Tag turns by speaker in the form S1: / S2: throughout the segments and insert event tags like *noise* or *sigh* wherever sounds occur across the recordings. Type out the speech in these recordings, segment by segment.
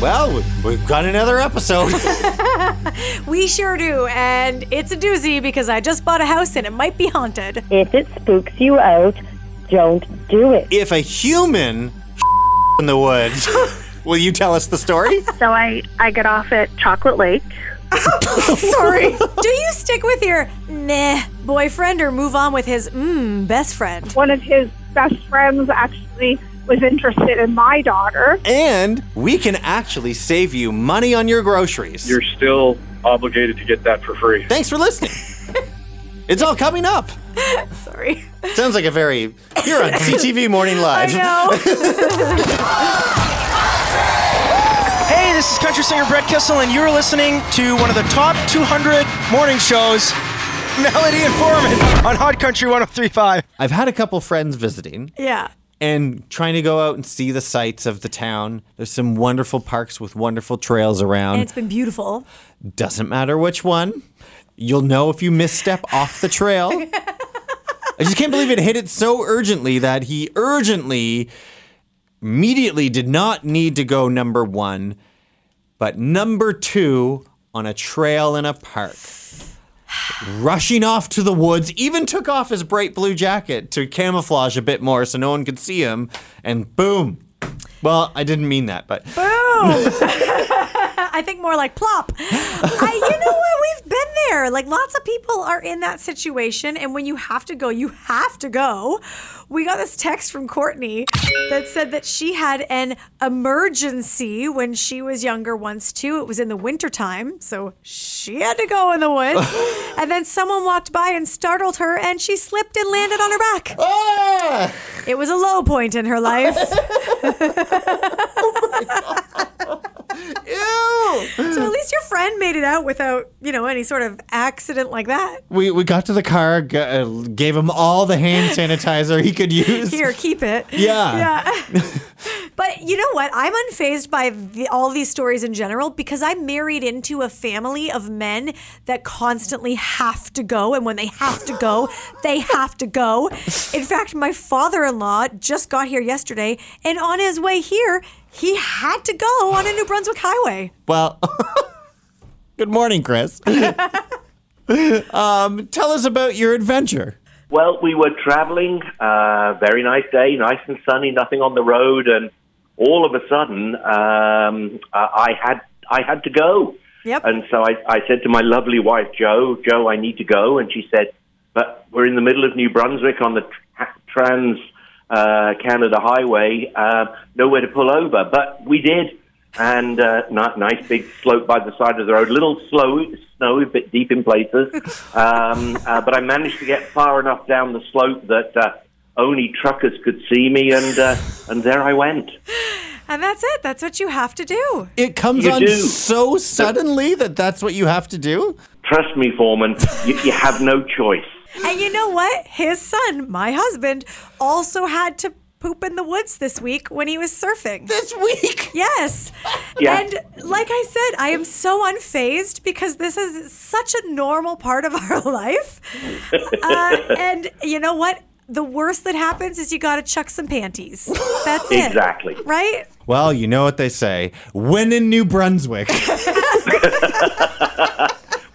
S1: Well, we- we've got another
S2: *laughs*
S1: episode.
S3: *laughs* We sure do, and it's a doozy because I just bought a house and it might be haunted.
S2: If
S3: *laughs*
S2: it spooks you out, don't do it.
S1: if a human *laughs* in the woods, *laughs* will you tell us the
S2: *laughs*
S1: story?
S4: So I, I get off at Chocolate Lake.
S3: Sorry. do you stick with your meh boyfriend or move on with his mmm best friend?
S5: One of his best friends actually was interested in my daughter.
S1: and we can actually save you money on your groceries.
S6: You're still obligated to get that for free.
S1: Thanks for listening. it's all coming up.
S3: Sorry.
S1: Sounds like a very. You're on CTV Morning Live. *laughs*
S3: No.
S7: Hey, this is country singer Brett Kissel, and you're listening to one of the top 200 morning shows, *laughs* Melody and Foreman, on Hot Country 1035.
S1: I've had a couple friends visiting
S3: yeah.
S1: and trying to go out and see the sights of the town. There's some wonderful parks with wonderful trails around.
S3: And it's been beautiful.
S1: Doesn't matter which one. You'll know if you misstep off the trail. I just can't believe it hit it so urgently that he urgently, immediately did not need to go number one, but number two on a trail in a park. *sighs* Rushing off to the woods, even took off his bright blue jacket to camouflage a bit more so no one could see him, and boom. Well, I didn't mean that, but
S3: *laughs* I think more like plop. I, you know what? We've been there. Like lots of people are in that situation, and when you have to go, you have to go. We got this text from Courtney that said that she had an emergency when she was younger once too. It was in the wintertime, so she had to go in the woods. and then someone walked by and startled her, and she slipped and landed on her back.
S1: ah!
S3: It was a low point in her life.
S1: Ew!
S3: Oh,
S1: *laughs*
S3: so at least your friend made it out without, you know, any sort of accident like that.
S1: We, we got to the car, g- uh, gave him all the hand sanitizer he could
S3: *laughs*
S1: use.
S3: Here, keep it.
S1: *laughs* Yeah. *laughs*
S3: Yeah. but you know what? I'm unfazed by the, all these stories in general because I'm married into a family of men that constantly have to go. And when they have to go, they have to go. In fact, my father in law just got here yesterday, and on his way here, he had to go on a New Brunswick highway.
S1: Well, *laughs* good morning, Chris. um, tell us about your adventure.
S8: Well, we were traveling, uh, very nice day, nice and sunny, nothing on the road, and all of a sudden, um, I I had I had to go.
S3: Yep.
S8: And so I, I said to my lovely wife, Joe, Joe, I need to go, and she said, "But we're in the middle of New Brunswick on the tra- Trans uh, Canada Highway, uh, nowhere to pull over." But we did, and uh, not nice big slope by the side of the road, little slow, snowy, bit deep in
S1: *laughs*
S8: places. Um, uh, but I managed to get far enough down the slope that uh, only truckers could see me, and uh, and there I went.
S3: And that's it. That's what you have to do.
S1: It comes
S8: You
S1: on
S8: do.
S1: so suddenly that that's what you have to do.
S8: Trust me, Foreman, you, you have no choice.
S3: And you know what? His son, my husband, also had to poop in the woods this week when he was surfing.
S1: This week.
S3: Yes.
S8: *laughs* Yeah.
S3: And like I said, I am so unfazed because this is such a normal part of *laughs* our life. Uh, and you know what? The worst that happens is you got to chuck some panties. That's it.
S8: Exactly.
S3: Right?
S1: Well, you know what they say. When in New Brunswick. *laughs*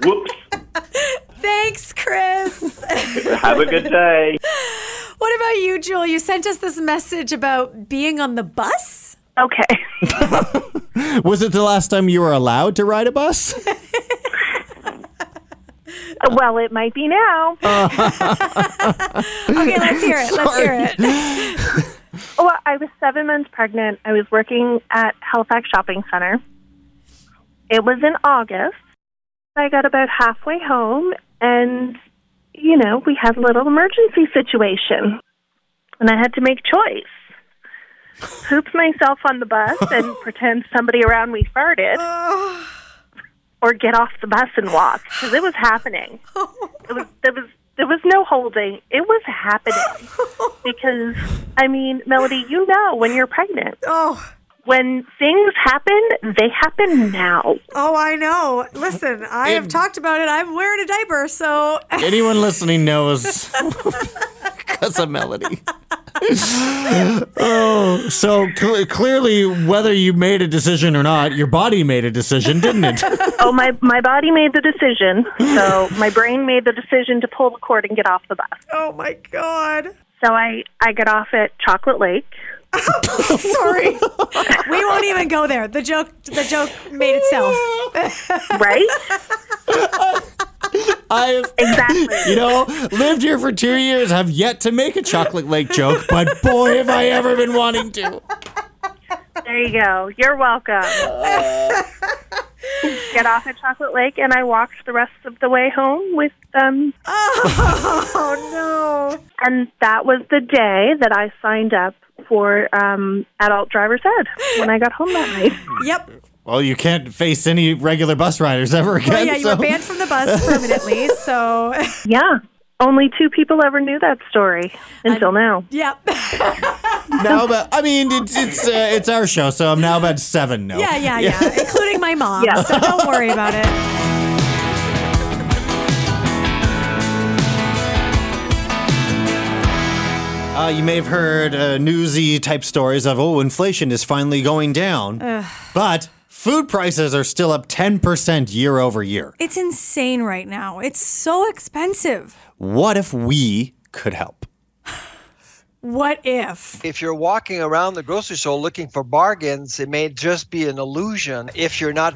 S8: Whoops.
S3: Thanks,
S8: *laughs*
S3: Chris.
S9: *laughs*
S8: Have a good day.
S3: what about you, Jewel? You sent us this message about being on the bus?
S4: Okay.
S1: Was it the last time you were allowed to ride a bus?
S4: Uh,
S5: Well, it might be now.
S3: Okay, let's hear it. Let's hear it.
S4: *laughs* Well, I was seven months pregnant. I was working at Halifax Shopping Center. It was in August. I got about halfway home, and, you know, we had a little emergency situation, and I had to make choice. Poop myself on the bus and pretend somebody around me farted,
S3: *sighs*
S4: or get off the bus and walk because it was happening. It was there was there was no holding. It was happening because I mean, Melody, you know when you're pregnant.
S3: Oh.
S4: When things happen, they happen now.
S3: Oh, I know. Listen, I have talked about it. I'm wearing a diaper, so *laughs*
S1: Anyone listening knows. Because of Melody. Oh, So cl- clearly, whether you made a decision or not, your body made a decision, didn't it?
S10: Oh, my, my body made the decision. So my brain made the decision to pull the cord and get off the bus.
S3: Oh my god.
S10: So I, I get off at Chocolate Lake.
S3: Sorry. we won't even go there. The joke the joke made itself. *laughs*
S10: Right?
S1: I, *laughs*
S10: exactly.
S1: you know, lived here for two years, have yet to make a chocolate lake joke, but boy, have I ever been wanting to.
S10: There you go. You're welcome. Get off at Chocolate Lake, and I walked the rest of the way home with them. *laughs*
S3: Oh no.
S10: And that was the day that I signed up for um, Adult Driver's Ed when I got home that night.
S3: Yep.
S1: Well, you can't face any regular bus riders ever again.
S3: Well, yeah, you were
S1: so-
S3: banned from the bus permanently. So,
S10: *laughs* Yeah. Only two people ever knew that story until now.
S3: yep. Yeah,
S1: now about, I mean, it's it's uh, it's our show, so I'm now about seven. No,
S3: yeah, yeah. Including my mom.
S10: Yeah.
S3: So don't worry about it.
S1: *laughs* Uh, you may have heard uh, newsy type stories of, oh, inflation is finally going down.
S3: Uh.
S1: But food prices are still up 10% year over year.
S3: It's insane right now. It's so expensive.
S1: What if we could help?
S3: What if?
S11: If you're walking around the grocery store looking for bargains, it may just be an illusion if you're not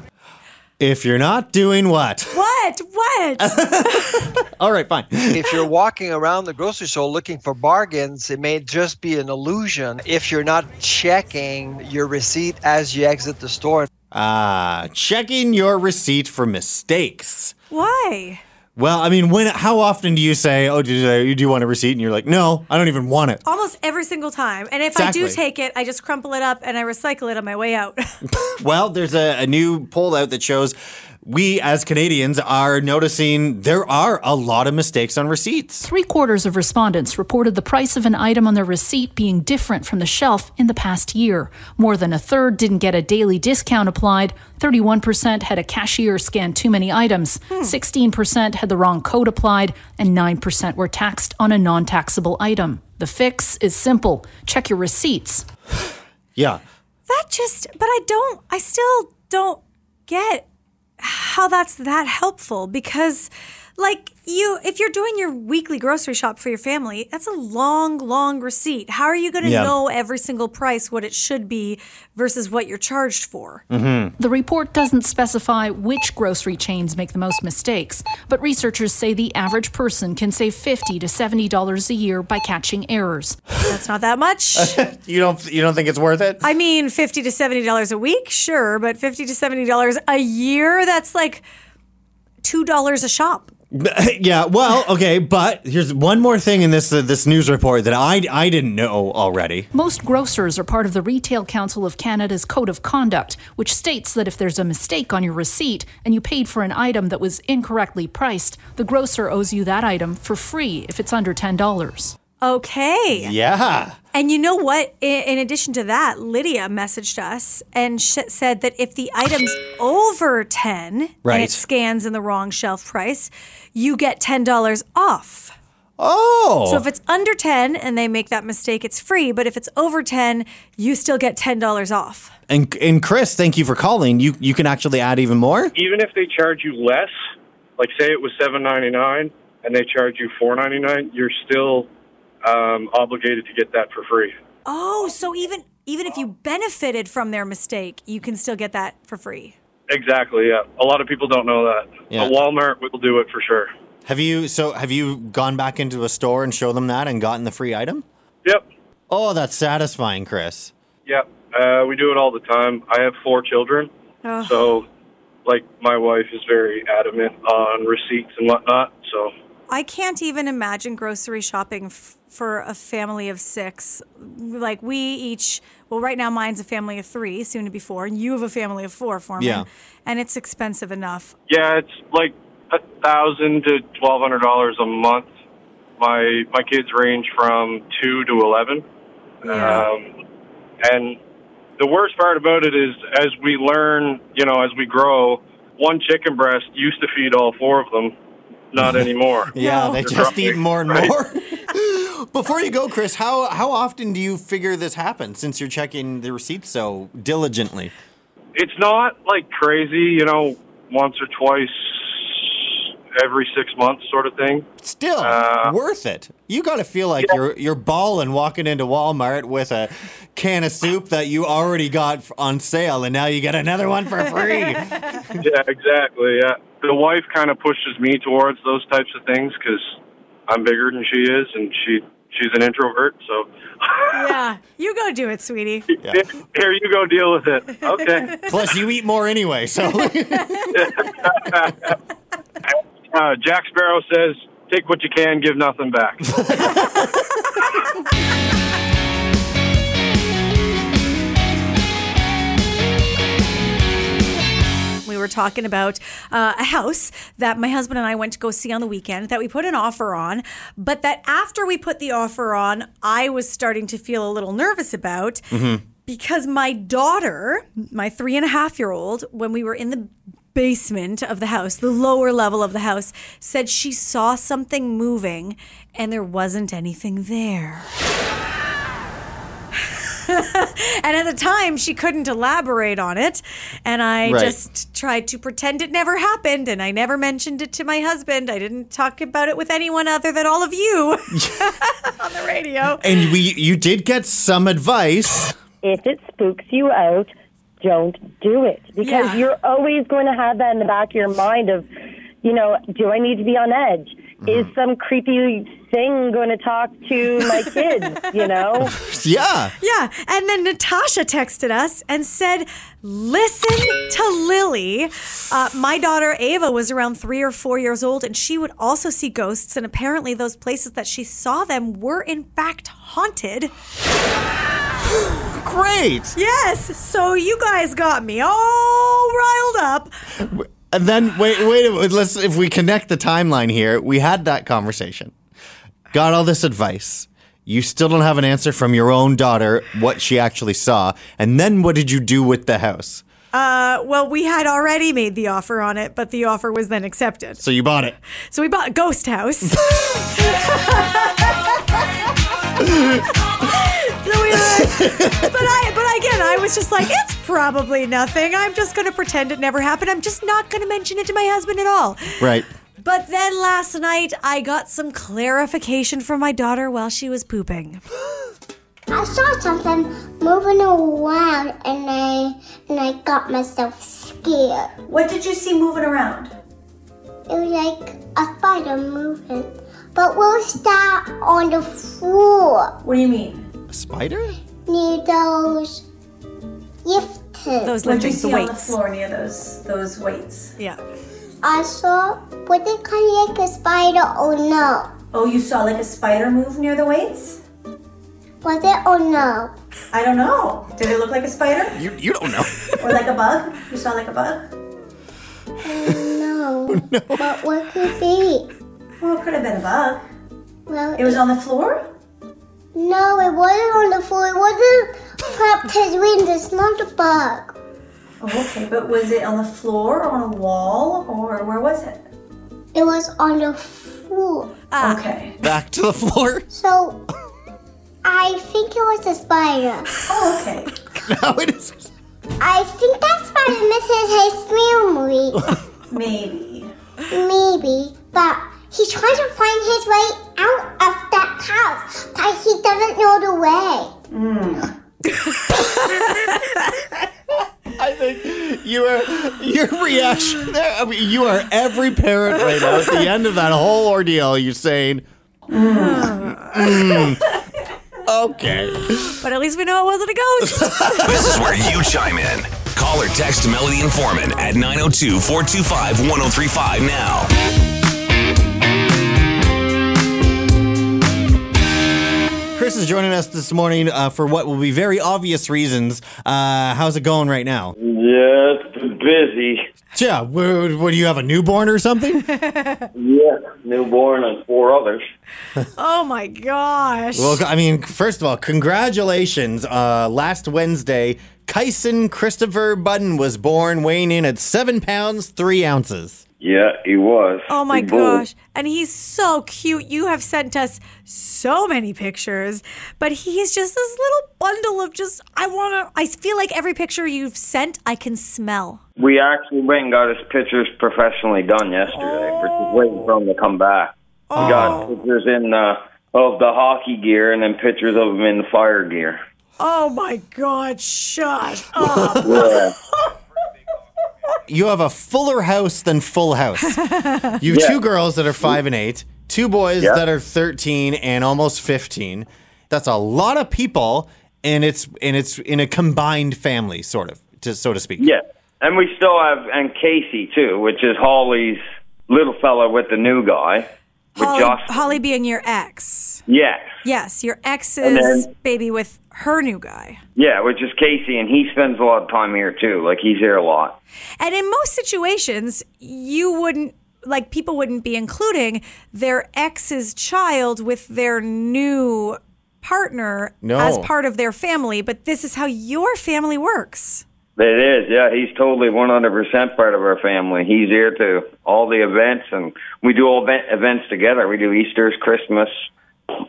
S1: If you're not doing what?
S3: What? *laughs* What?
S1: All right, fine. *laughs*
S11: if you're walking around the grocery store looking for bargains, it may just be an illusion if you're not checking your receipt as you exit the store.
S1: Uh, checking your receipt for mistakes.
S3: Why?
S1: Well, I mean, when how often do you say, "Oh, do you, do you want a receipt?" and you're like, "No, I don't even want *laughs* it."
S3: Almost every single time. And if I do
S1: Exactly.
S3: take it, I just crumple it up and I recycle it on my way out.
S1: Well, there's a, a new poll out that shows we as Canadians are noticing there are a lot of mistakes on receipts.
S12: Three quarters of respondents reported the price of an item on their receipt being different from the shelf in the past year. More than a third didn't get a daily discount applied. 31% had a cashier scan too many items.
S3: Hmm.
S12: 16% had the wrong code applied. And 9% were taxed on a non taxable item. The fix is simple check your receipts.
S1: Yeah.
S3: that just, but I don't, I still don't get how that's that helpful because, like, you, if you're doing your weekly grocery shop for your family, that's a long, long receipt. How are you going to
S1: Yeah.
S3: know every single price what it should be versus what you're charged for?
S12: The report doesn't specify which grocery chains make the most mistakes, but researchers say the average person can save 50 to $70 a year by catching errors.
S3: That's not
S12: *laughs*
S3: that much.
S1: You don't you don't think it's worth it?
S3: I mean, fifty to seventy dollars a week, sure, but fifty to seventy dollars a year—that's like two dollars a shop.
S1: *laughs* yeah. Well, okay, but here's one more thing in this uh, this news report that I I didn't know already.
S12: Most grocers are part of the Retail Council of Canada's Code of Conduct, which states that if there's a mistake on your receipt and you paid for an item that was incorrectly priced, the grocer owes you that item for free if it's under $10.
S3: Okay,
S1: Yeah.
S3: and you know what? I- In addition to that, Lydia messaged us and sh- said that if the item's over ten and
S1: Right.
S3: it scans in the wrong shelf price, you get ten dollars off.
S1: Oh.
S3: So if it's under ten and they make that mistake, it's free. But if it's over ten, you still get ten dollars off.
S1: and and Chris, thank you for calling. You you can actually add even more.
S6: Even if they charge you less, like say it was seven ninety nine, and they charge you four ninety nine, you're still um, obligated to get that for free.
S3: Oh, so even even if you benefited from their mistake, you can still get that for free.
S6: Exactly. Yeah. A lot of people don't know that.
S1: Yeah.
S6: But Walmart will do it for sure.
S1: Have you so have you gone back into a store and show them that and gotten the free item?
S6: Yep.
S1: Oh, that's satisfying, Chris.
S6: Yep. Uh, we do it all the time. I have four children, so like my wife is very adamant on receipts and whatnot. So
S3: I can't even imagine grocery shopping f- for a family of six. Like we each, well, right now mine's a family of three, soon to be four, and you have a family of four, Foreman.
S1: Yeah.
S3: And it's expensive enough.
S6: yeah, it's like a thousand to twelve hundred dollars a month. My my kids range from two to eleven. Um, and the worst part about it is, as we learn, you know, as we grow, one chicken breast used to
S1: *laughs*
S6: feed all four of them. Not anymore.
S1: Yeah, they just eat more and more. *laughs* Before you go, Chris, how how often do you figure this happens since you're checking the receipts so diligently?
S6: It's not like crazy, you know, once or twice every six months, sort of thing.
S1: Still
S6: Uh,
S1: worth it. You got to feel like you're you're balling walking into Walmart with a can of soup that you already got f- on sale, and now you get another one for
S6: *laughs*
S1: free.
S6: yeah, exactly. Yeah, the wife kind of pushes me towards those types of things because I'm bigger than she is, and she she's an introvert. So
S3: yeah, you go do it, sweetie.
S6: here you go, deal with it.
S1: *laughs*
S6: Okay. *laughs*
S1: Plus, you eat more anyway, so
S6: Uh, Jack Sparrow says, "Take what you can, give nothing back."
S3: We were talking about uh, a house that my husband and I went to go see on the weekend that we put an offer on, but that after we put the offer on, I was starting to feel a little nervous about
S1: Mm-hmm.
S3: because my daughter, my three and a half year old, when we were in the basement of the house, the lower level of the house, said she saw something moving and there wasn't anything there. *laughs* and at the time, she couldn't elaborate on it. And I
S13: Right.
S3: just tried to pretend it never happened. And I never mentioned it to my husband. I didn't talk about it with anyone other than all of you *laughs* on the radio.
S1: and we you did get some advice.
S14: If it spooks you out, don't do it because
S3: Yeah.
S14: you're always going to have that in the back of your mind of, you know, do I need to be on edge? Is some creepy thing going to talk to my kids? you know.
S1: *laughs* Yeah.
S3: Yeah. And then Natasha texted us and said, Listen to Lily. Uh, my daughter Ava was around three or four years old, and she would also see ghosts. And apparently, those places that she saw them were in fact haunted.
S1: *gasps* Great.
S3: Yes. So you guys got me all riled up.
S1: And then wait, wait, a- let's if we connect the timeline here, we had that conversation. Got all this advice. You still don't have an answer from your own daughter what she actually saw. And then what did you do with the house?
S3: Uh, well, we had already made the offer on it, but the offer was then accepted.
S1: So you bought it.
S3: So we bought a ghost
S1: *laughs*
S3: house. so we were- but I, but again, I was just like, it's probably nothing. I'm just going to pretend it never happened. I'm just not going to mention it to my husband at all.
S1: Right.
S3: But then last night, I got some clarification from my daughter while she was pooping.
S15: I saw something moving around and I and I got myself scared.
S3: What did you see moving around?
S15: It was like a spider moving. But we'll start on the floor.
S3: What do you mean?
S1: A spider?
S15: Near those lifters.
S3: near those those weights? Yeah.
S15: I saw was it kind of like a spider or no?
S16: Oh, you saw like a spider move near the weights?
S15: Was it or no?
S16: I don't know. Did it look like a spider?
S1: You, you don't know.
S16: Or like a bug? You saw like a bug?
S15: *laughs* No. no. What what could be?
S16: Well, it could have been a bug.
S15: Well,
S16: It was on the floor?
S15: No, it wasn't on the floor. It wasn't propped his windows. Not a bug.
S16: Oh, okay, but was it on the floor or on a wall or where was it? Ah.
S15: It was on the floor.
S16: Okay.
S1: Back to the floor. *laughs*
S15: So I think it was a spider.
S16: Oh, okay.
S1: Now it is.
S15: I think that spider misses his memory.
S16: *laughs* Maybe.
S15: Maybe, but he tries to find his way out of that house, but he doesn't know the way.
S1: Mm. I think you are your reaction there. I mean, you are every parent right now. At the end of that whole ordeal, you're saying,
S3: *laughs*
S1: "Mm, Oh. "Okay."
S3: But at least we know it wasn't a ghost.
S7: this is where you chime in. Call or text Melody and Foreman at 902 425 1035 now.
S1: Chris is joining us this morning uh, for what will be very obvious reasons. Uh, how's it going right now?
S9: Yeah, it's been busy.
S1: Yeah, what, what do you have a newborn or something?
S9: Yeah, newborn and four others.
S3: oh my gosh.
S1: well, I mean, first of all, congratulations. Uh, last Wednesday, Kyson Christopher Budden was born, weighing in at seven pounds, three ounces.
S9: Yeah, he was.
S3: Oh my
S9: Big bull.
S3: gosh. And he's so cute. You have sent us so many pictures, but he is just this little bundle of just, I want to, I feel like every picture you've sent, I can smell.
S9: We actually went and got his pictures professionally done yesterday. We're just waiting for him to come back. We got pictures in uh, of the hockey gear and then pictures of him in the fire gear.
S3: Oh my God, shut up.
S9: *laughs*
S7: *laughs*
S9: Yeah.
S1: You have a fuller house than full house. You have
S3: Yeah.
S1: two girls that are five and eight, two boys
S3: Yeah.
S1: that are 13 and almost 15. That's a lot of people, and it's and it's in a combined family, sort of, to, so to speak.
S9: Yeah. And we still have, and Casey too, which is Holly's little fella with the new guy. With
S3: Holly,
S9: Josh.
S3: Holly being your ex.
S9: Yeah.
S3: Yes, your
S9: And
S3: ex's
S9: then-
S3: baby with her new guy.
S9: Yeah, which is Casey, and he spends a lot of time here too. Like, he's here a lot.
S3: And in most situations, you wouldn't like people wouldn't be including their ex's child with their new partner
S9: No.
S3: as part of their family, but this is how your family works.
S9: It is, yeah. He's totally 100% part of our family. He's here to all the events, and we do all event, events together. We do Easter's, Christmas,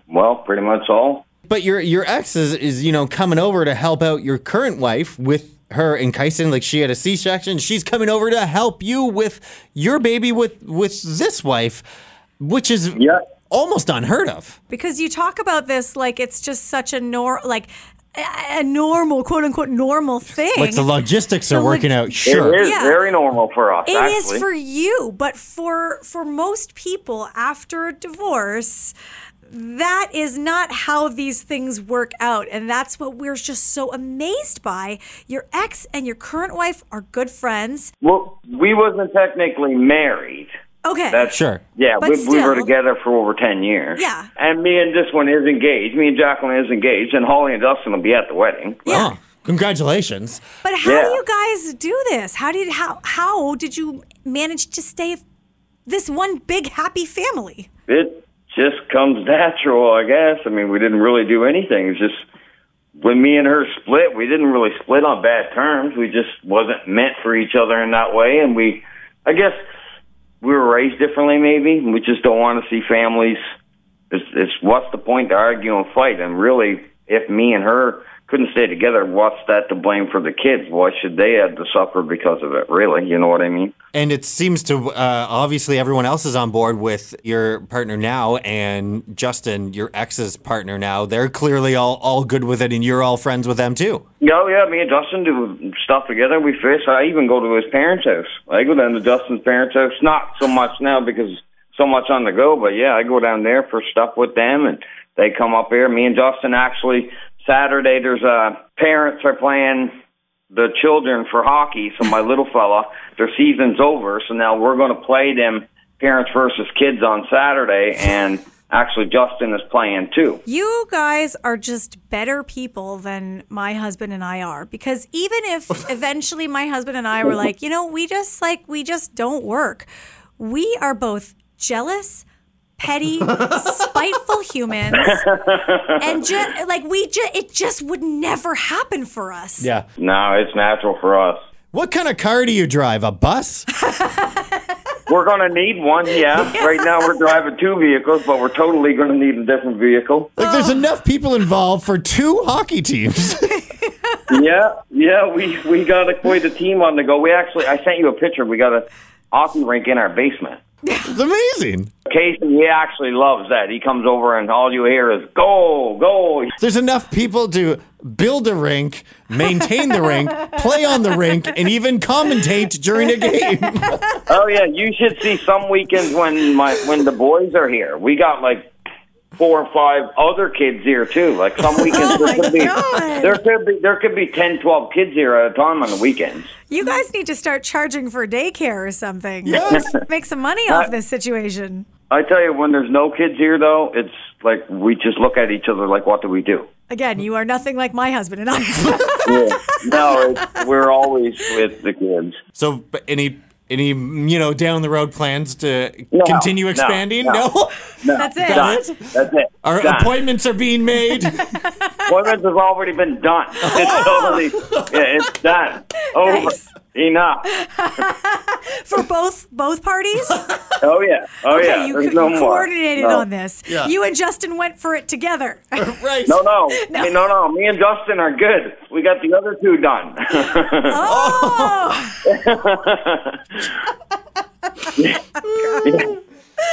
S9: well, pretty much all.
S1: But your your ex is, is you know coming over to help out your current wife with her and Kyson. Like she had a C section, she's coming over to help you with your baby with with this wife, which is almost unheard of.
S3: Because you talk about this like it's just such a nor like a a normal quote unquote normal thing.
S1: Like the logistics
S3: The
S1: are
S3: log-
S1: working out. Sure,
S9: It is
S3: Yeah.
S9: very normal for us,
S3: It is
S9: actually.
S3: for you, but for for most people after a divorce, that is not how these things work out, and that's what we're just so amazed by. Your ex and your current wife are good friends.
S9: well, we wasn't technically married.
S3: Okay.
S9: That's
S1: sure.
S9: Yeah,
S3: But
S9: we, we
S3: still.
S9: were together for over 10 years.
S3: Yeah.
S9: And me and this one is engaged. Me and Jacqueline is engaged, and Holly and Dustin will be at the wedding.
S1: Yeah. congratulations.
S3: But how do
S9: Yeah.
S3: you guys do this? How did how how did you manage to stay this one big happy family?
S9: It just comes natural, I guess. I mean, we didn't really do anything. It's just when me and her split, we didn't really split on bad terms. We just wasn't meant for each other in that way, and we, I guess, we were raised differently. Maybe we just don't want to see families. It's, it's what's the point to argue and fight? And really, if me and her couldn't stay together, what's that to blame for the kids? Why should they have to suffer because of it? Really, you know what I mean?
S1: And it seems to uh, obviously everyone else is on board with your partner now, and Justin, your ex's partner now. They're clearly all all good with it, and you're all friends with them too.
S9: No, yeah, me and Dustin do stuff together. We fish. I even go to his parents' house. I go down to Dustin's parents' house. Not so much now because so much on the go, but yeah, I go down there for stuff with them, and they come up here. Me and Dustin actually Saturday. There's uh parents are playing the children for hockey. So my little fella, their season's over. So now we're going to play them parents versus kids on Saturday, and actually Justin is playing too.
S3: You guys are just better people than my husband and I are because even
S9: *laughs*
S3: if eventually my husband and I were like, you know, we just like we just don't work. We are both jealous,
S9: *laughs*
S3: petty, spiteful humans and ju- like we ju- it just would never happen for us.
S1: Yeah.
S9: No, it's natural for us.
S1: What kind of car do you drive? A bus?
S9: We're gonna need one, yeah. Right now we're driving two vehicles, but we're totally gonna need a different vehicle.
S1: Like there's
S3: Oh.
S1: enough people involved for two hockey teams. *laughs*
S9: *laughs* yeah, yeah, we we got a, quite a team on the go. We actually, I sent you a picture. We got a hockey rink in our basement.
S1: It's amazing.
S9: Casey, he actually loves that. He comes over and all you hear is "go,
S1: *laughs*
S9: go."
S1: There's enough people to build a rink, maintain the rink, play on the rink, and even commentate during a game. *laughs*
S9: oh yeah, you should see some weekends when my when the boys are here. We got like four or five other kids here too. Like some weekends there could be there could be there could be ten, twelve kids here at a time on the weekends.
S3: You guys need to start charging for daycare or something.
S9: Yes.
S3: *laughs* Make some money
S9: Uh,
S3: off this situation.
S9: I tell you, when there's no kids here, though, it's like we just look at each other like, what do we
S3: *laughs*
S9: do?
S3: Again, you are nothing like my husband and I. *laughs*
S9: no, it's, we're always with the kids.
S1: So, but any Any you know down the road plans to
S3: No,
S1: continue
S3: no,
S1: expanding?
S3: no,
S1: No,
S3: no. That's it.
S1: Done.
S3: That's it.
S9: That's it.
S1: Our
S9: Done.
S1: appointments are being made.
S9: *laughs* appointments have already been done. It's
S1: Oh.
S9: totally, yeah, it's
S3: *laughs*
S9: done. Over. Enough.
S3: for both both parties.
S9: Oh yeah. Oh
S3: okay,
S9: yeah.
S3: you,
S9: There's no
S3: co- you
S9: more.
S3: coordinated
S9: No.
S3: on this. You and Justin went for it together.
S1: right.
S9: No, no. No. I mean, no, no. Me and Justin are good. We got the other two done.
S3: oh.
S9: *laughs*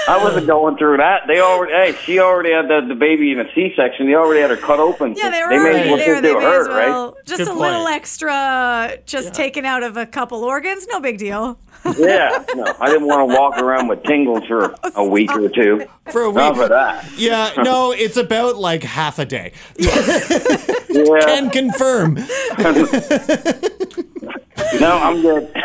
S9: I wasn't going through that. They already, hey, she already had the, the baby in a C-section. They already had her cut open.
S3: Yeah, they were
S9: may as
S3: already
S9: well just
S3: there. They
S9: do
S3: may
S9: her,
S3: as well.
S9: right?
S3: Just a little extra, just taken out of a couple organs. No big deal.
S9: yeah, no, I didn't want to walk around with tingles for a week or two.
S1: For a
S9: Not
S1: week.
S9: for that. *laughs*
S1: yeah, no, it's about like half a day.
S9: Yeah.
S1: Can confirm.
S9: *laughs* no, I'm good.
S1: *laughs*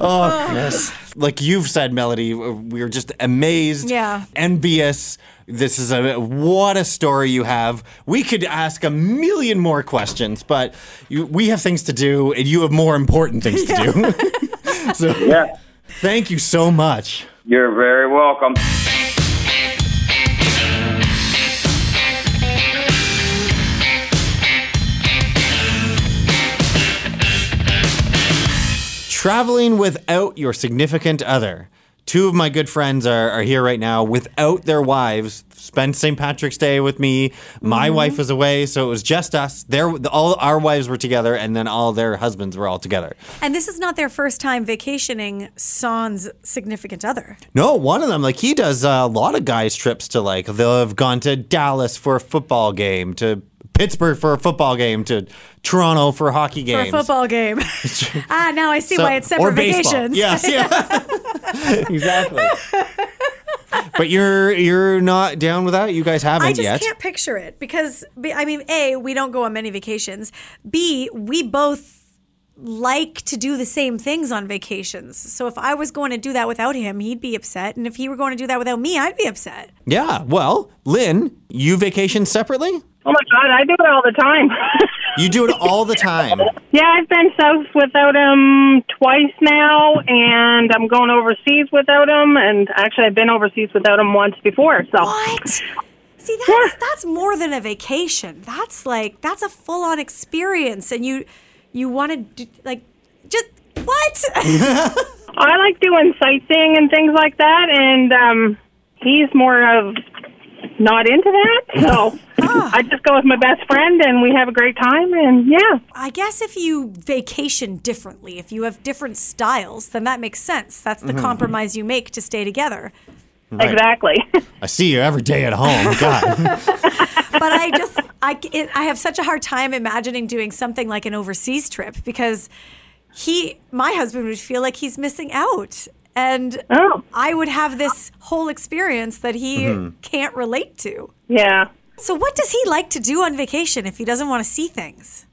S1: oh yes, like you've said, Melody, we are just amazed,
S3: Yeah.
S1: envious. This is a what a story you have. We could ask a million more questions, but you, we have things to do, and you have more important things to do. *laughs* so,
S9: yeah.
S1: Thank you so much.
S9: You're very welcome.
S1: Traveling without your significant other. Two of my good friends are, are here right now without their wives. Spent St. Patrick's Day with me. My
S3: Mm-hmm.
S1: wife was away, so it was just us. Their, all our wives were together, and then all their husbands were all together.
S3: And this is not their first time vacationing sans significant other.
S1: No, one of them, like he does a lot of guys' trips to like they'll have gone to Dallas for a football game, to Pittsburgh for a football game, to Toronto for hockey games.
S3: For a football
S1: *laughs*
S3: game. ah, now I see
S1: So-
S3: why it's separate
S1: or baseball.
S3: vacations. *laughs*
S1: Yes, yeah. exactly. but you're you're not down with that. You guys haven't
S3: I just
S1: yet.
S3: can't picture it because b- I mean, a we don't go on many vacations. B we both like to do the same things on vacations. So if I was going to do that without him, he'd be upset, and if he were going to do that without me, I'd be upset.
S1: Yeah. Well, Lynn, you vacation separately.
S4: Oh my god, I do it all the time.
S1: You do it all the time.
S4: yeah, I've been south without him twice now, and I'm going overseas without him. And actually, I've been overseas without him once before. So
S3: what? See, that's that's more than a vacation. That's like that's a full on experience, and you you want to like just what?
S4: *laughs*
S3: *laughs*
S4: I like doing sightseeing and things like that, and um, he's more of not into that. So I just go with my best friend, and we have a great time. And yeah,
S3: I guess if you vacation differently, if you have different styles, then that makes sense. That's the
S1: Mhm.
S3: compromise you make to stay together.
S1: Right.
S4: Exactly.
S1: I see you every day at home. God.
S3: *laughs* but I
S4: *laughs*
S3: just I c- it, I have such a hard time imagining doing something like an overseas trip because he my husband would feel like he's missing out and
S4: Oh.
S3: I would have this whole experience that he
S4: Mhm.
S3: can't relate to.
S4: Yeah.
S3: So what does he like to do on vacation if he doesn't want to see things?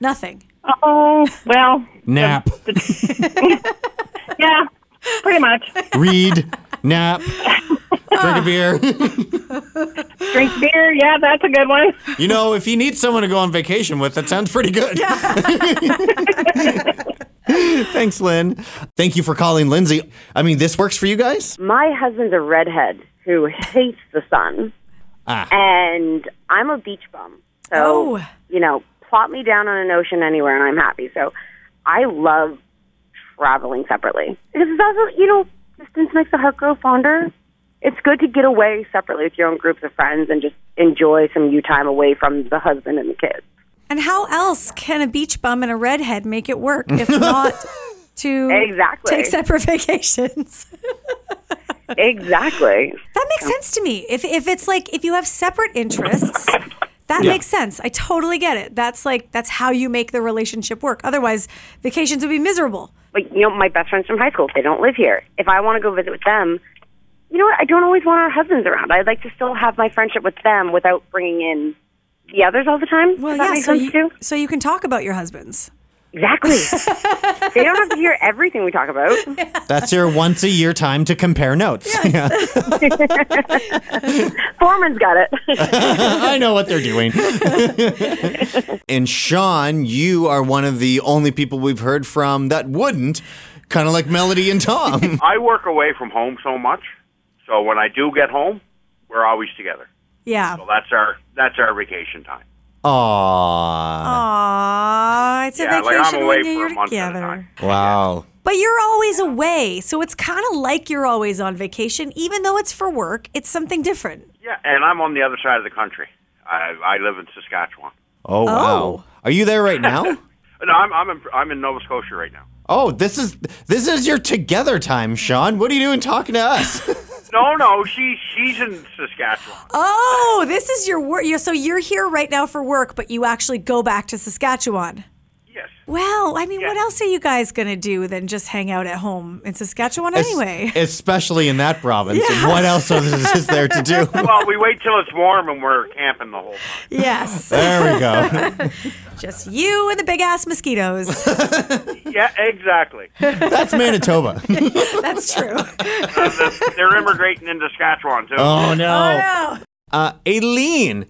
S3: Nothing.
S4: Oh well. *laughs*
S1: Nap,
S4: yeah, pretty much.
S1: read, nap, drink a beer.
S4: Drink beer. Yeah, that's a good one. *laughs*
S1: You know, if you need someone to go on vacation with, that sounds pretty good. *laughs* Thanks, Lynn. Thank you for calling, Lindsay. I mean, this works for you guys?
S13: My husband's a redhead who hates the sun,
S1: Ah.
S13: and I'm a beach bum. So,
S3: Oh.
S13: you know, plop me down on an ocean anywhere, and I'm happy. So, I love traveling separately because it's also, you know, distance makes the heart grow fonder. It's good to get away separately with your own groups of friends and just enjoy some you time away from the husband and the kids.
S3: And how else can a beach bum and a redhead make it work
S13: *laughs*
S3: if not to
S13: Exactly.
S3: take separate *laughs* vacations?
S13: exactly.
S3: That makes sense to me. If if it's like if you have separate interests, that
S13: Yeah.
S3: makes sense. I totally get it. That's like that's how you make the relationship work. Otherwise, vacations would be miserable.
S13: Like, you know, my best friends from high school, they don't live here. If I want to go visit with them, you know what? I don't always want our husbands around. I'd like to still have my friendship with them without bringing in the others all the time.
S3: Well,
S13: Does that
S3: yeah.
S13: make
S3: So
S13: sense too?
S3: you, so you can talk about your husbands.
S13: Exactly.
S3: *laughs*
S13: they don't have to hear everything we talk about.
S1: That's *laughs* your once a year time to compare notes. *laughs* Yeah.
S13: Foreman's got
S1: *laughs*
S13: it.
S1: I know what they're *laughs* doing. and Sean, you are one of the only people we've heard from that wouldn't kind of like Melody
S17: *laughs*
S1: and Tom.
S17: I work away from home so much, so when I do get home, we're always together.
S3: Yeah.
S17: So that's our that's our vacation time.
S1: Aww.
S3: Aww, it's a
S17: Yeah, like, I'm
S3: vacation
S17: away
S3: when
S17: for a
S3: you're
S17: month at a
S3: together.
S1: Wow.
S3: But you're always away, so it's kind of like you're always on vacation, even though it's for work. It's something different.
S17: Yeah, and I'm on the other side of the country. I I live in Saskatchewan.
S1: Oh, wow. Are you
S17: *laughs*
S1: there right now?
S17: No, I'm I'm in, I'm in Nova Scotia right now.
S1: Oh, this is this is your together time, Sean. What are you doing talking
S17: *laughs*
S1: to us?
S17: No, no, she she's in Saskatchewan.
S3: Oh, this is your work. So you're here right now for work, but you actually go back to Saskatchewan.
S17: Yes.
S3: Well, I mean, what else are you guys going to do than just hang out at home in Saskatchewan
S1: Es- *laughs*
S3: anyway?
S1: Especially in that province.
S3: Yeah.
S1: What else is is there
S3: *laughs*
S1: to do?
S17: well, we wait till it's warm and we're camping the whole time.
S3: Yes.
S1: *laughs* There we go.
S3: *laughs* just you and the big ass
S1: *laughs*
S3: mosquitoes. *laughs*
S17: Yeah, exactly.
S1: That's Manitoba.
S3: That's true.
S17: Uh, They're immigrating into Saskatchewan too.
S1: *laughs* Oh, no. Uh, Aileen,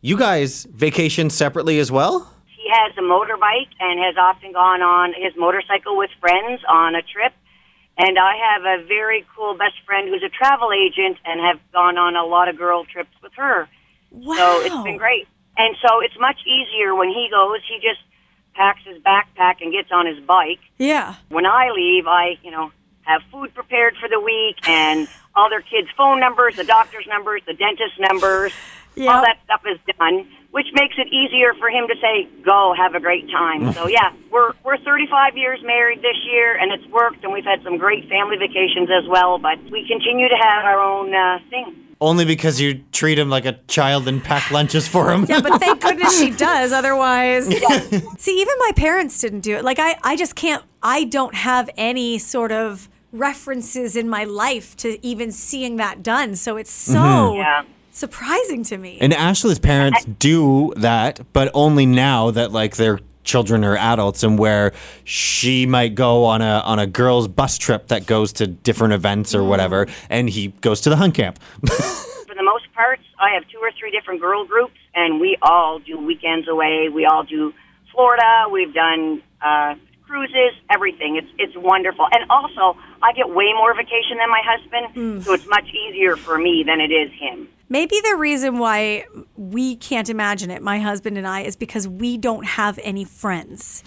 S1: you guys vacation separately as well?
S18: He has a motorbike and has often gone on his motorcycle with friends on a trip. And I have a very cool best friend who's a travel agent and have gone on a lot of girl trips with her. So it's been great. And so it's much easier when he goes, he just packs his backpack and gets on his bike.
S3: Yeah.
S18: When I leave, I, you know, have food prepared for the week and all their kids' phone numbers, the doctor's numbers, the dentist's numbers. All that stuff is done, which makes it easier for him to say, "Go, have a great time." so yeah, we're we're 35 years married this year, and it's worked, and we've had some great family vacations as well. But we continue to have our own uh, thing.
S1: Only because you treat him like a child and pack lunches for *laughs* him.
S3: Yeah, but thank goodness she does. Otherwise, see, even my parents didn't do it. Like, I, I just can't, I don't have any sort of references in my life to even seeing that done. So it's so
S1: Mhm.
S3: surprising to me.
S1: And Ashley's parents do that, but only now that like their children are adults and where she might go on a on a girls bus trip that goes to different events or whatever and he goes to the hunt camp.
S18: For the most part, I have two or three different girl groups, and we all do weekends away. We all do Florida. We've done uh, cruises, everything. It's it's wonderful. And also, I get way more vacation than my husband,
S3: Mm.
S18: so it's much easier for me than it is him.
S3: Maybe the reason why we can't imagine it, my husband and I, is because we don't have any friends.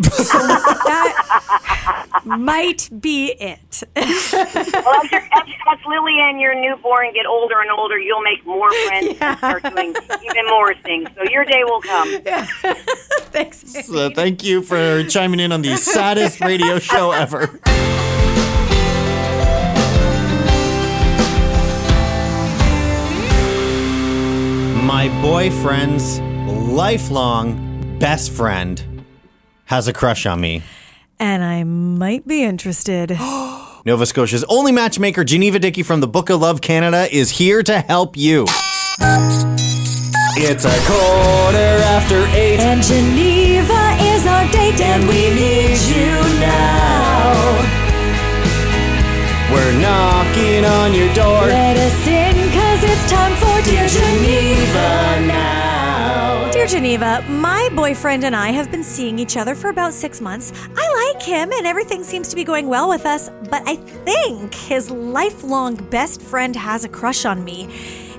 S3: so that might be it.
S18: well, as, your, as, as Lily and your newborn get older and older, you'll make more friends and start doing even more things. So your day will come.
S3: Thanks.
S1: so thank you for chiming in on the saddest radio show ever. My boyfriend's lifelong best friend has a crush on me.
S3: And I might be interested. *laughs*
S1: Nova Scotia's only matchmaker, Geneva Dickey from the Book of Love Canada, is here to help you. It's a quarter after eight.
S19: And Geneva is our date, and we need you now.
S1: We're knocking on your door.
S19: Let us in, cause it's time for Dear Geneva now.
S3: Dear Geneva, my boyfriend and I have been seeing each other for about six months. I like him and everything seems to be going well with us, but I think his lifelong best friend has a crush on me.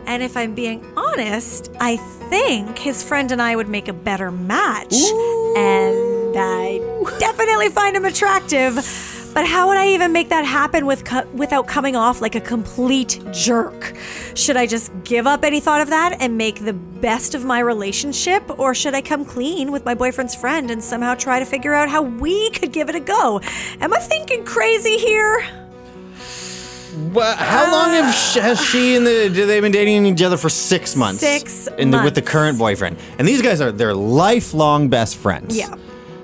S3: And if I'm being honest, I think his friend and I would make a better match. And I definitely find him attractive. But how would I even make that happen with co- without coming off like a complete jerk? Should I just give up any thought of that and make the best of my relationship? Or should I come clean with my boyfriend's friend and somehow try to figure out how we could give it a go? Am I thinking crazy here?
S1: Well, how long
S3: Ah.
S1: have sh- has she and the do they been dating each other for six months?
S3: Six
S1: in the, with the current boyfriend, and these guys are their lifelong best friends.
S3: Yeah.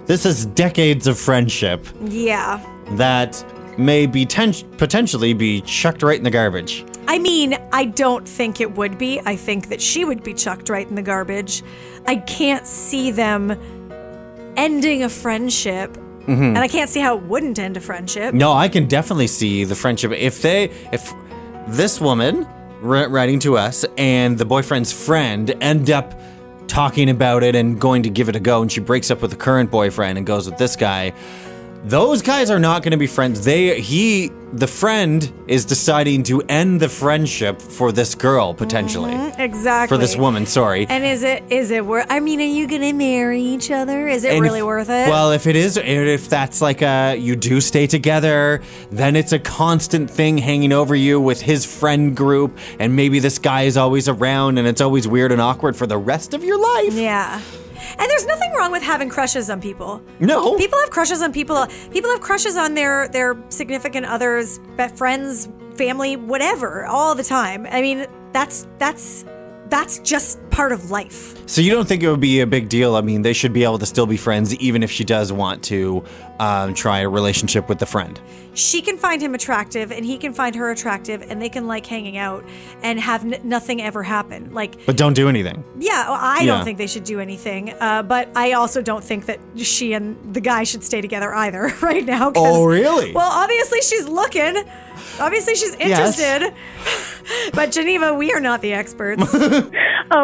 S1: this is decades of friendship
S3: Yeah.
S1: that may be ten- potentially be chucked right in the garbage.
S3: I mean, I don't think it would be. I think that she would be chucked right in the garbage. I can't see them ending a friendship.
S1: Mhm.
S3: Mm-hmm. And I can't see how it wouldn't end a friendship.
S1: No, I can definitely see the friendship. If they, if this woman ri- writing to us and the boyfriend's friend end up talking about it and going to give it a go, and she breaks up with the current boyfriend and goes with this guy, Those guys are not going to be friends. They he the friend is deciding to end the friendship for this girl potentially.
S3: Mhm, exactly.
S1: For this woman, sorry.
S3: And is it is it worth? I mean, are you gonna marry each other? Is it
S1: And
S3: really
S1: if-
S3: worth it?
S1: Well, if it is, and if that's like a you do stay together, then it's a constant thing hanging over you with his friend group, and maybe this guy is always around, and it's always weird and awkward for the rest of your life.
S3: Yeah. And there's nothing wrong with having crushes on people.
S1: No.
S3: People have crushes on people. People have crushes on their their significant others, be- friends, family, whatever, all the time. I mean, that's that's that's just part of life.
S1: So you don't think it would be a big deal? I mean, they should be able to still be friends, even if she does want to um, try a relationship with the friend.
S3: She can find him attractive and he can find her attractive and they can like hanging out and have n- nothing ever happen. Like
S1: But don't do anything.
S3: Yeah, well, I
S1: Yeah.
S3: don't think they should do anything. Uh, but I also don't think that she and the guy should stay together either *laughs* right now. 'cause-
S1: Oh, really?
S3: Well, obviously she's looking. Obviously she's
S20: Yes.
S3: interested. *laughs* but Geneva, we are not the
S1: *laughs*
S3: experts.
S20: *laughs* oh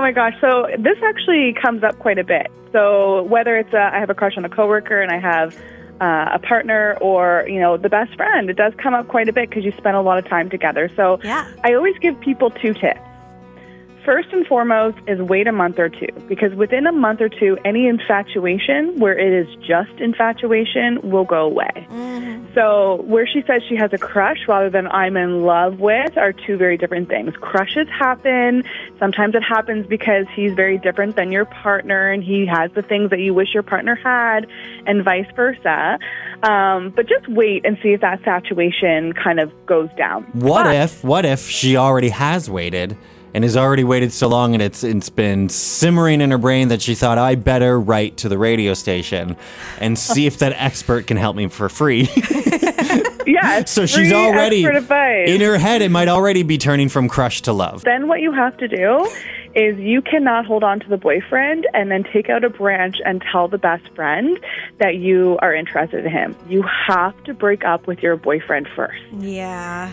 S20: my gosh! So this actually comes up quite a bit. So whether it's a, I have a crush on a coworker and I have uh, a partner, or you know the best friend, it does come up quite a bit because you spend a lot of time together. So
S3: yeah.
S20: I always give people two tips. First and foremost is wait a month or two because within a month or two, any infatuation where it is just infatuation will go away. So, where she says she has a crush rather than I'm in love with are two very different things. Crushes happen. Sometimes it happens because he's very different than your partner and he has the things that you wish your partner had, and vice versa. Um, but just wait and see if that saturation kind of goes down.
S1: What
S20: But-
S1: if? What if she already has waited and has already waited so long, and it's it's been simmering in her brain that she thought I better write to the radio station and see if that expert can help me for free.
S20: *laughs* Yeah.
S1: *laughs* so she's
S20: free
S1: already
S20: expert advice.
S1: in her head. It might already be turning from crush to love.
S20: Then what you have to do is you cannot hold on to the boyfriend and then take out a branch and tell the best friend that you are interested in him. You have to break up with your boyfriend first.
S3: yeah.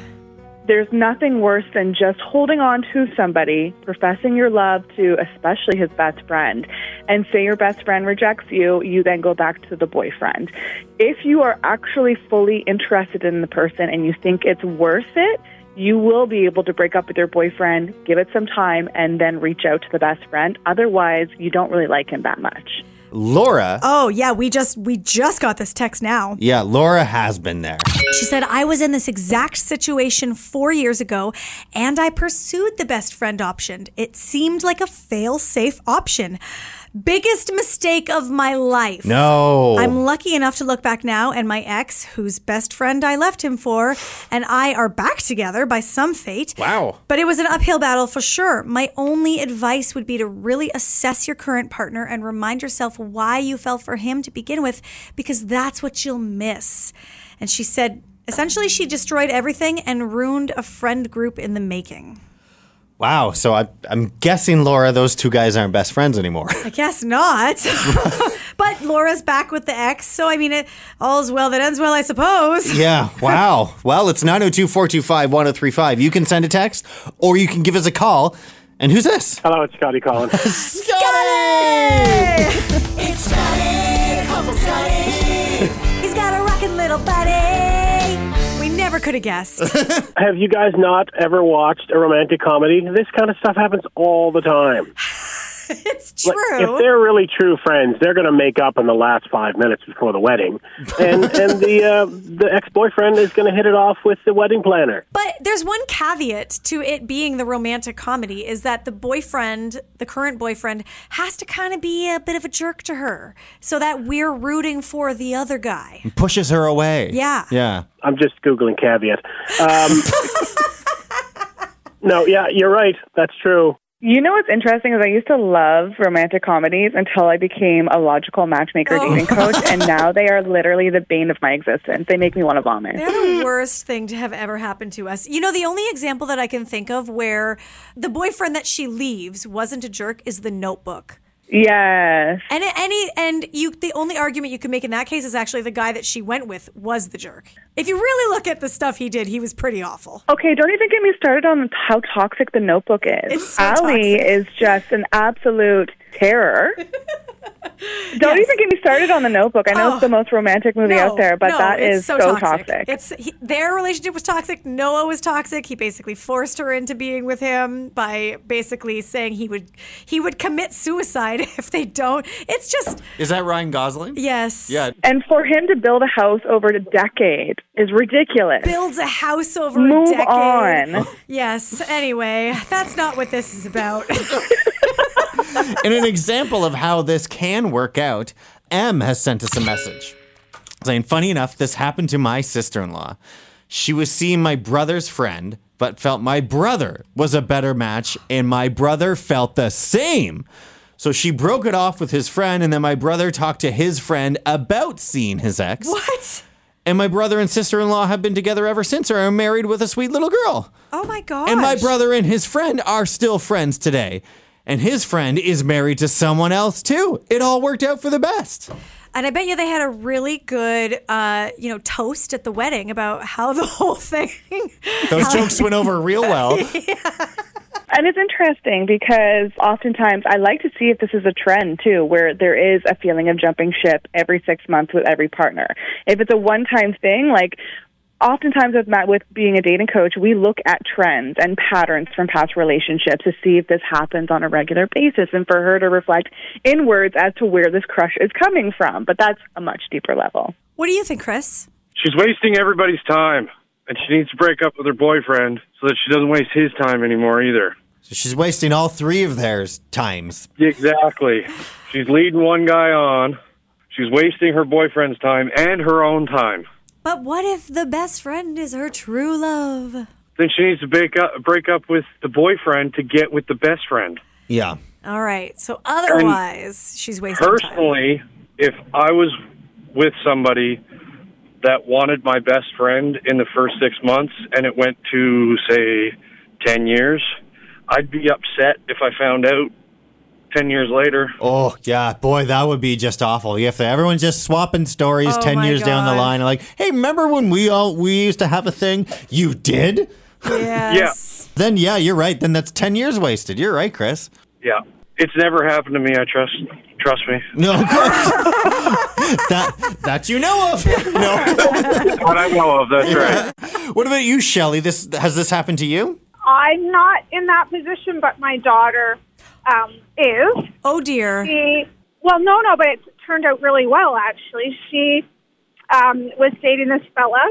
S20: There's nothing worse than just holding on to somebody, professing your love to especially his best friend, and say your best friend rejects you, you then go back to the boyfriend. If you are actually fully interested in the person and you think it's worth it, you will be able to break up with your boyfriend, give it some time, and then reach out to the best friend. Otherwise, you don't really like him that much.
S1: Laura.
S3: Oh yeah, we just we just got this text now.
S1: Yeah, Laura has been there.
S3: She said, I was in this exact situation four years ago and I pursued the best friend option. It seemed like a fail safe option. Biggest mistake of my life.
S1: No.
S3: I'm lucky enough to look back now, and my ex, whose best friend I left him for, and I are back together by some fate.
S1: Wow.
S3: But it was an uphill battle for sure. My only advice would be to really assess your current partner and remind yourself why you fell for him to begin with, because that's what you'll miss. And she said, essentially, she destroyed everything and ruined a friend group in the making.
S1: Wow. So I, I'm guessing Laura, those two guys aren't best friends anymore.
S3: I guess not. but Laura's back with the ex, so I mean, it, all's well that ends well, I suppose.
S1: *laughs* Yeah, wow. Well, it's 902 425 1035. You can send a text or you can give us a call. And who's this?
S21: Hello, it's Scotty calling.
S19: It's Scotty. Call from Scotty.
S3: He's got a rockin' little buddy. We never could have
S1: *laughs*
S3: guessed.
S21: Have you guys not ever watched a romantic comedy? This kind of stuff happens all the
S1: *sighs*
S21: time.
S3: it's
S21: Like,
S3: true.
S21: if they're really true friends, they're going to make up in the last five minutes before the wedding,
S1: *laughs*
S21: and and the uh, the ex boyfriend is going to hit it off with the wedding planner.
S3: But there's one caveat to it being the romantic comedy is that the boyfriend, the current boyfriend, has to kind of be a bit of a jerk to her so that we're rooting for the other guy.
S1: Pushes her away.
S3: Yeah.
S1: Yeah.
S21: I'm just googling caveat.
S1: *laughs*
S21: Um, no, yeah, you're right. That's true.
S20: You know what's interesting is I used to love romantic comedies until I became a logical matchmaker
S3: Oh.
S20: dating coach,
S3: *laughs*
S20: and now they are literally the bane of my existence. They make me want to vomit.
S3: They're the worst thing to have ever happened to us. You know, the only example that I can think of where the boyfriend that she leaves wasn't a jerk is the notebook.
S20: Yes.
S3: And any and you the only argument you can make in that case is actually the guy that she went with was the jerk. If you really look at the stuff he did, he was pretty awful.
S20: Okay, don't even get me started on how toxic the notebook is.
S3: It's so
S20: Allie
S3: toxic. *laughs*
S20: is just an absolute terror. Don't even get me started on the Notebook. I know
S3: Oh.
S20: it's the most romantic movie out there, but
S3: no,
S20: that
S3: it's
S20: is so toxic.
S3: It's he, their relationship was toxic. Noah was toxic. He basically forced her into being with him by basically saying he would he would commit suicide *laughs* if they don't. It's just
S1: *laughs* Is that Ryan Gosling?
S3: Yes.
S1: Yeah.
S20: And for him to build a house over a decade is ridiculous.
S3: builds a house over
S20: Move
S3: a decade.
S20: on.
S3: *laughs* Yes. Anyway, that's not what this is about. *laughs*
S1: In an example of how this can work out, M has sent us a message saying, Funny enough, this happened to my sister in law. She was seeing my brother's friend, but felt my brother was a better match, and my brother felt the same. So she broke it off with his friend, and then my brother talked to his friend about seeing his ex.
S3: What?
S1: And my brother and sister in law have been together ever since or are married with a sweet little girl.
S3: Oh my gosh.
S1: And my brother and his friend are still friends today. And his friend is married to someone else too. It all worked out for the best.
S3: And I bet you they had a really good, uh, you know, toast at the wedding about how the *laughs* whole thing.
S1: Those jokes went over real well.
S6: *laughs*
S20: And it's interesting because oftentimes I like to see if this is a trend too, where there is a feeling of jumping ship every six months with every partner. If it's a one time thing, like oftentimes with Matt, with being a dating coach, we look at trends and patterns from past relationships to see if this happens on a regular basis and for her to reflect inwards as to where this crush is coming from. But that's a much deeper level.
S3: *laughs* What do you think, Chris?
S6: She's wasting everybody's time, and she needs to break up with her boyfriend so that she doesn't waste his time anymore either.
S1: So she's wasting all three of theirs times.
S6: Exactly. She's leading one guy on. She's wasting her boyfriend's time and her own time.
S3: But what if the best friend is her true love?
S6: Then she needs to break up, break up with the boyfriend to get with the best friend.
S1: Yeah.
S3: All right. So otherwise, she's wasting time.
S6: Personally, if I was with somebody that wanted my best friend in the first six months and it went to, say, 10 years, I'd be upset if I found out 10 years later.
S1: Oh yeah, boy, that would be just awful. If everyone's just swapping stories
S6: Oh,
S1: ten
S6: my
S1: years down the
S6: God.
S1: line, like, hey, remember when we all we used to have a thing? You did?
S6: Yes.
S1: Yeah. Then yeah, you're right. Then that's ten years wasted. You're right, Chris.
S6: Yeah. It's never happened to me, I trust. Trust
S1: *laughs*
S6: me.
S1: No,
S6: *laughs*
S1: of course. that that you know of. No.
S6: what I know of, that's
S1: right. What about you, Shelly? This has this happened to you?
S5: I'm not in that position, but my daughter um, is.
S3: Oh dear.
S5: She, well, no, no, but it turned out really well actually. She um, was dating this fella,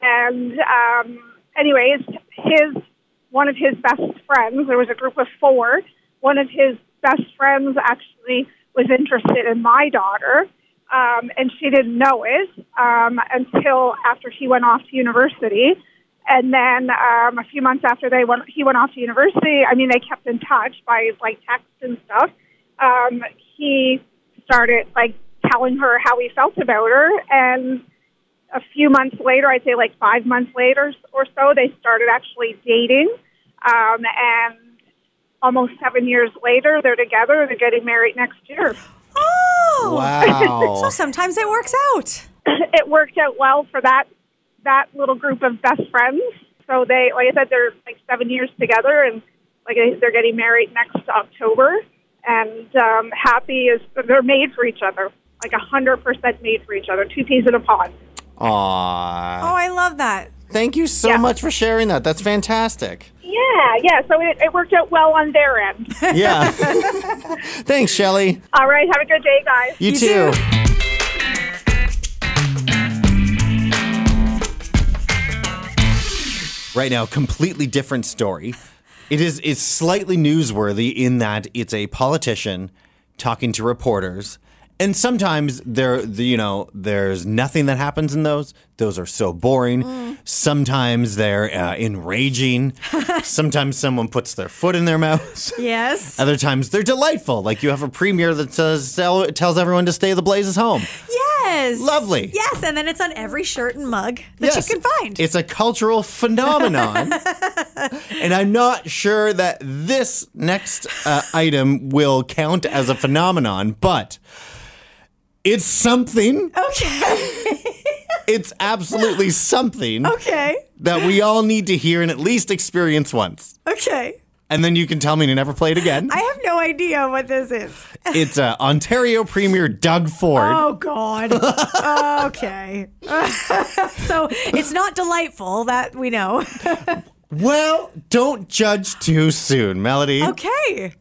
S5: and um, anyways, his one of his best friends. There was a group of four. One of his best friends actually was interested in my daughter, um, and she didn't know it um, until after he went off to university. And then um, a few months after they went, he went off to university. I mean, they kept in touch by like text and stuff. Um, he started like telling her how he felt about her, and a few months later, I'd say like five months later or so, they started actually dating. Um, and almost seven years later, they're together. They're getting married next year.
S3: Oh.
S1: Wow.
S3: so sometimes it works out.
S5: *laughs* it worked out well for that that little group of best friends. So they, like I said, they're like seven years together, and like I- they're getting married next October. And um, happy is they're made for each other, like a hundred percent made for each other, two peas in a pod.
S1: Aww.
S3: Oh, I love that.
S1: Thank you so much for sharing that. That's fantastic.
S5: Yeah, yeah. So it, it worked out well on their end.
S1: Yeah. Thanks, Shelly.
S5: *laughs* All right. Have a good day, guys.
S1: You, too. Right now, completely different story. It is it's slightly newsworthy in that it's a politician talking to reporters. And sometimes there the- you know, there's nothing that happens in those. Those are so boring. Sometimes they're uh, *laughs* enraging. sometimes someone puts their foot in their mouth.
S3: Yes.
S1: Other times they're delightful. Like you have a premier that says tell, tells everyone to stay the blazes home.
S3: Yes.
S1: Lovely.
S3: Yes, and then it's on every shirt and mug that
S1: Yes.
S3: you can find.
S1: It's a
S3: *laughs*
S1: cultural phenomenon. and I'm not sure that this next uh, item will count as a phenomenon, but it's something.
S3: Okay.
S1: It's absolutely something
S3: okay.
S1: that we all need to hear and at least experience once.
S3: Okay.
S1: and then you can tell me to never play it again.
S3: I have no idea what this is.
S1: It's uh, Ontario Premier Doug Ford.
S3: Oh God. okay. *laughs* so it's not delightful that we know.
S1: Well, don't judge too soon,
S3: *laughs*
S1: Melody.
S3: okay.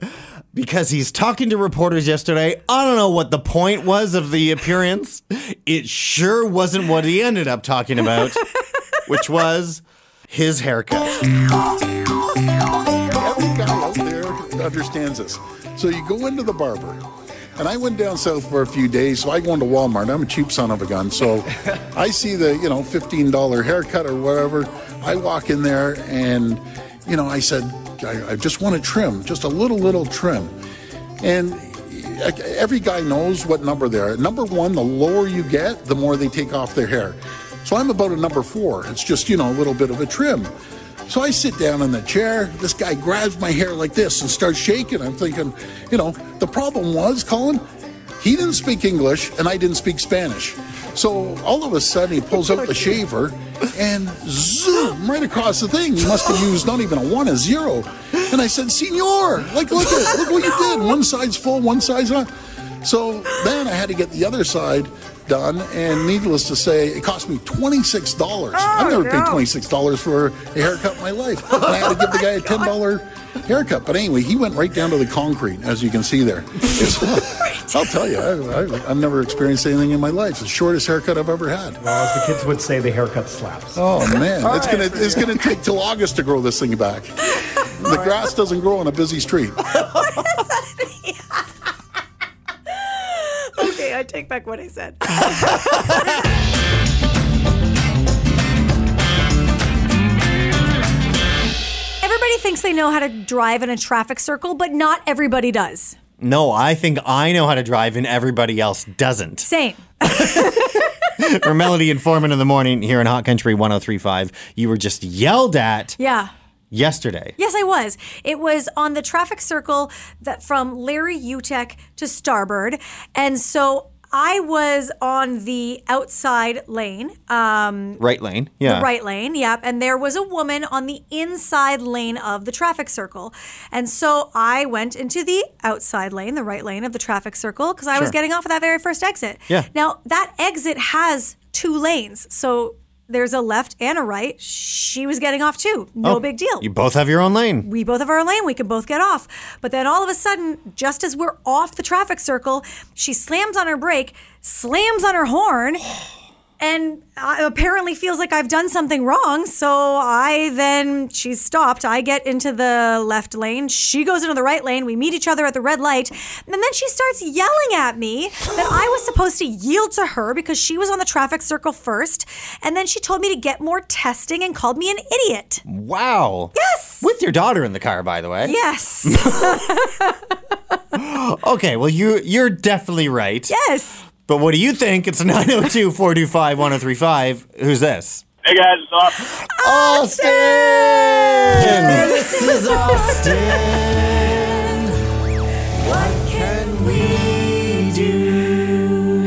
S1: Because he's talking to reporters yesterday. I don't know what the point was of the appearance. It sure wasn't what he ended up
S3: *laughs*
S1: talking about, which was his haircut.
S22: Every guy out there understands this. So you go into the barber, and I went down south for a few days. So I go into Walmart. I'm a cheap son of a gun. So I see the you know fifteen dollar haircut or whatever. I walk in there, and you know I said I, I just want a trim, just a little little trim, and. like, Every guy knows what number they're at. Number one, the lower you get, the more they take off their hair. So I'm about a number four. It's just, you know, a little bit of a trim. So I sit down in the chair. This guy grabs my hair like this and starts shaking. I'm thinking, you know, the problem was, Colin, he didn't speak English and I didn't speak Spanish. So all of a sudden he pulls out the shaver and zoom right across the thing. He must have used not even a one, a zero. And I said, Senor, like look at look what you did. One side's full, one side's not. So then I had to get the other side done, and needless to say, it cost me twenty six dollars. I've never paid
S23: no.
S22: twenty six dollars for a haircut in my life. And I had to give the guy a ten dollar haircut. But anyway, he went right down to the concrete, as you can see there. It's- *laughs* I'll tell you, I, I, I've never experienced anything in my life. It's the shortest haircut I've ever had.
S24: Well, as the kids would say, the haircut slaps.
S22: Oh man,
S24: All
S22: it's
S24: right.
S22: gonna it's gonna take till August to grow this thing back. The grass doesn't grow on a busy street.
S3: Okay, I take back what I said. *laughs* Everybody thinks they know how to drive in a traffic circle, but not everybody does.
S1: No, I think I know how to drive and everybody else doesn't.
S3: Same.
S1: For Melody and Foreman in the morning here in Hot Country 1035, you were just yelled at
S3: Yeah.
S1: yesterday.
S3: Yes, I was. It was on the traffic circle that from Larry Utech to Starboard, and so I was on the outside lane, um,
S1: Right lane. Yeah.
S3: the right lane, yep. And there was a woman on the inside lane of the traffic circle, and so I went into the outside lane, the right lane of the traffic circle, because I was
S25: Sure.
S3: getting off at that very first exit.
S25: Yeah.
S3: Now that exit has two lanes, so. There's a left and a right. She was getting off too. No
S1: Oh,
S3: big deal
S1: You both have your own lane.
S3: we both have our lane. We can both get off. But then all of a sudden, just as we're off the traffic circle, she slams on her brake, slams on her horn, *sighs* and uh, apparently feels like I've done something wrong. So I then, she's stopped. I get into the left lane. She goes into the right lane. We meet each other at the red light. And then she starts yelling at me that I was supposed to yield to her because she was on the traffic circle first. And then she told me to get more testing and called me an idiot.
S1: Wow. Yes. With your daughter in the car, by the way.
S3: Yes.
S1: *gasps* Okay, well you you're definitely right.
S3: Yes.
S1: But what do you think? It's *laughs* 902-425-1035. Who's this?
S26: Hey guys, it's Austin.
S1: Austin!
S19: This is Austin. What can we do?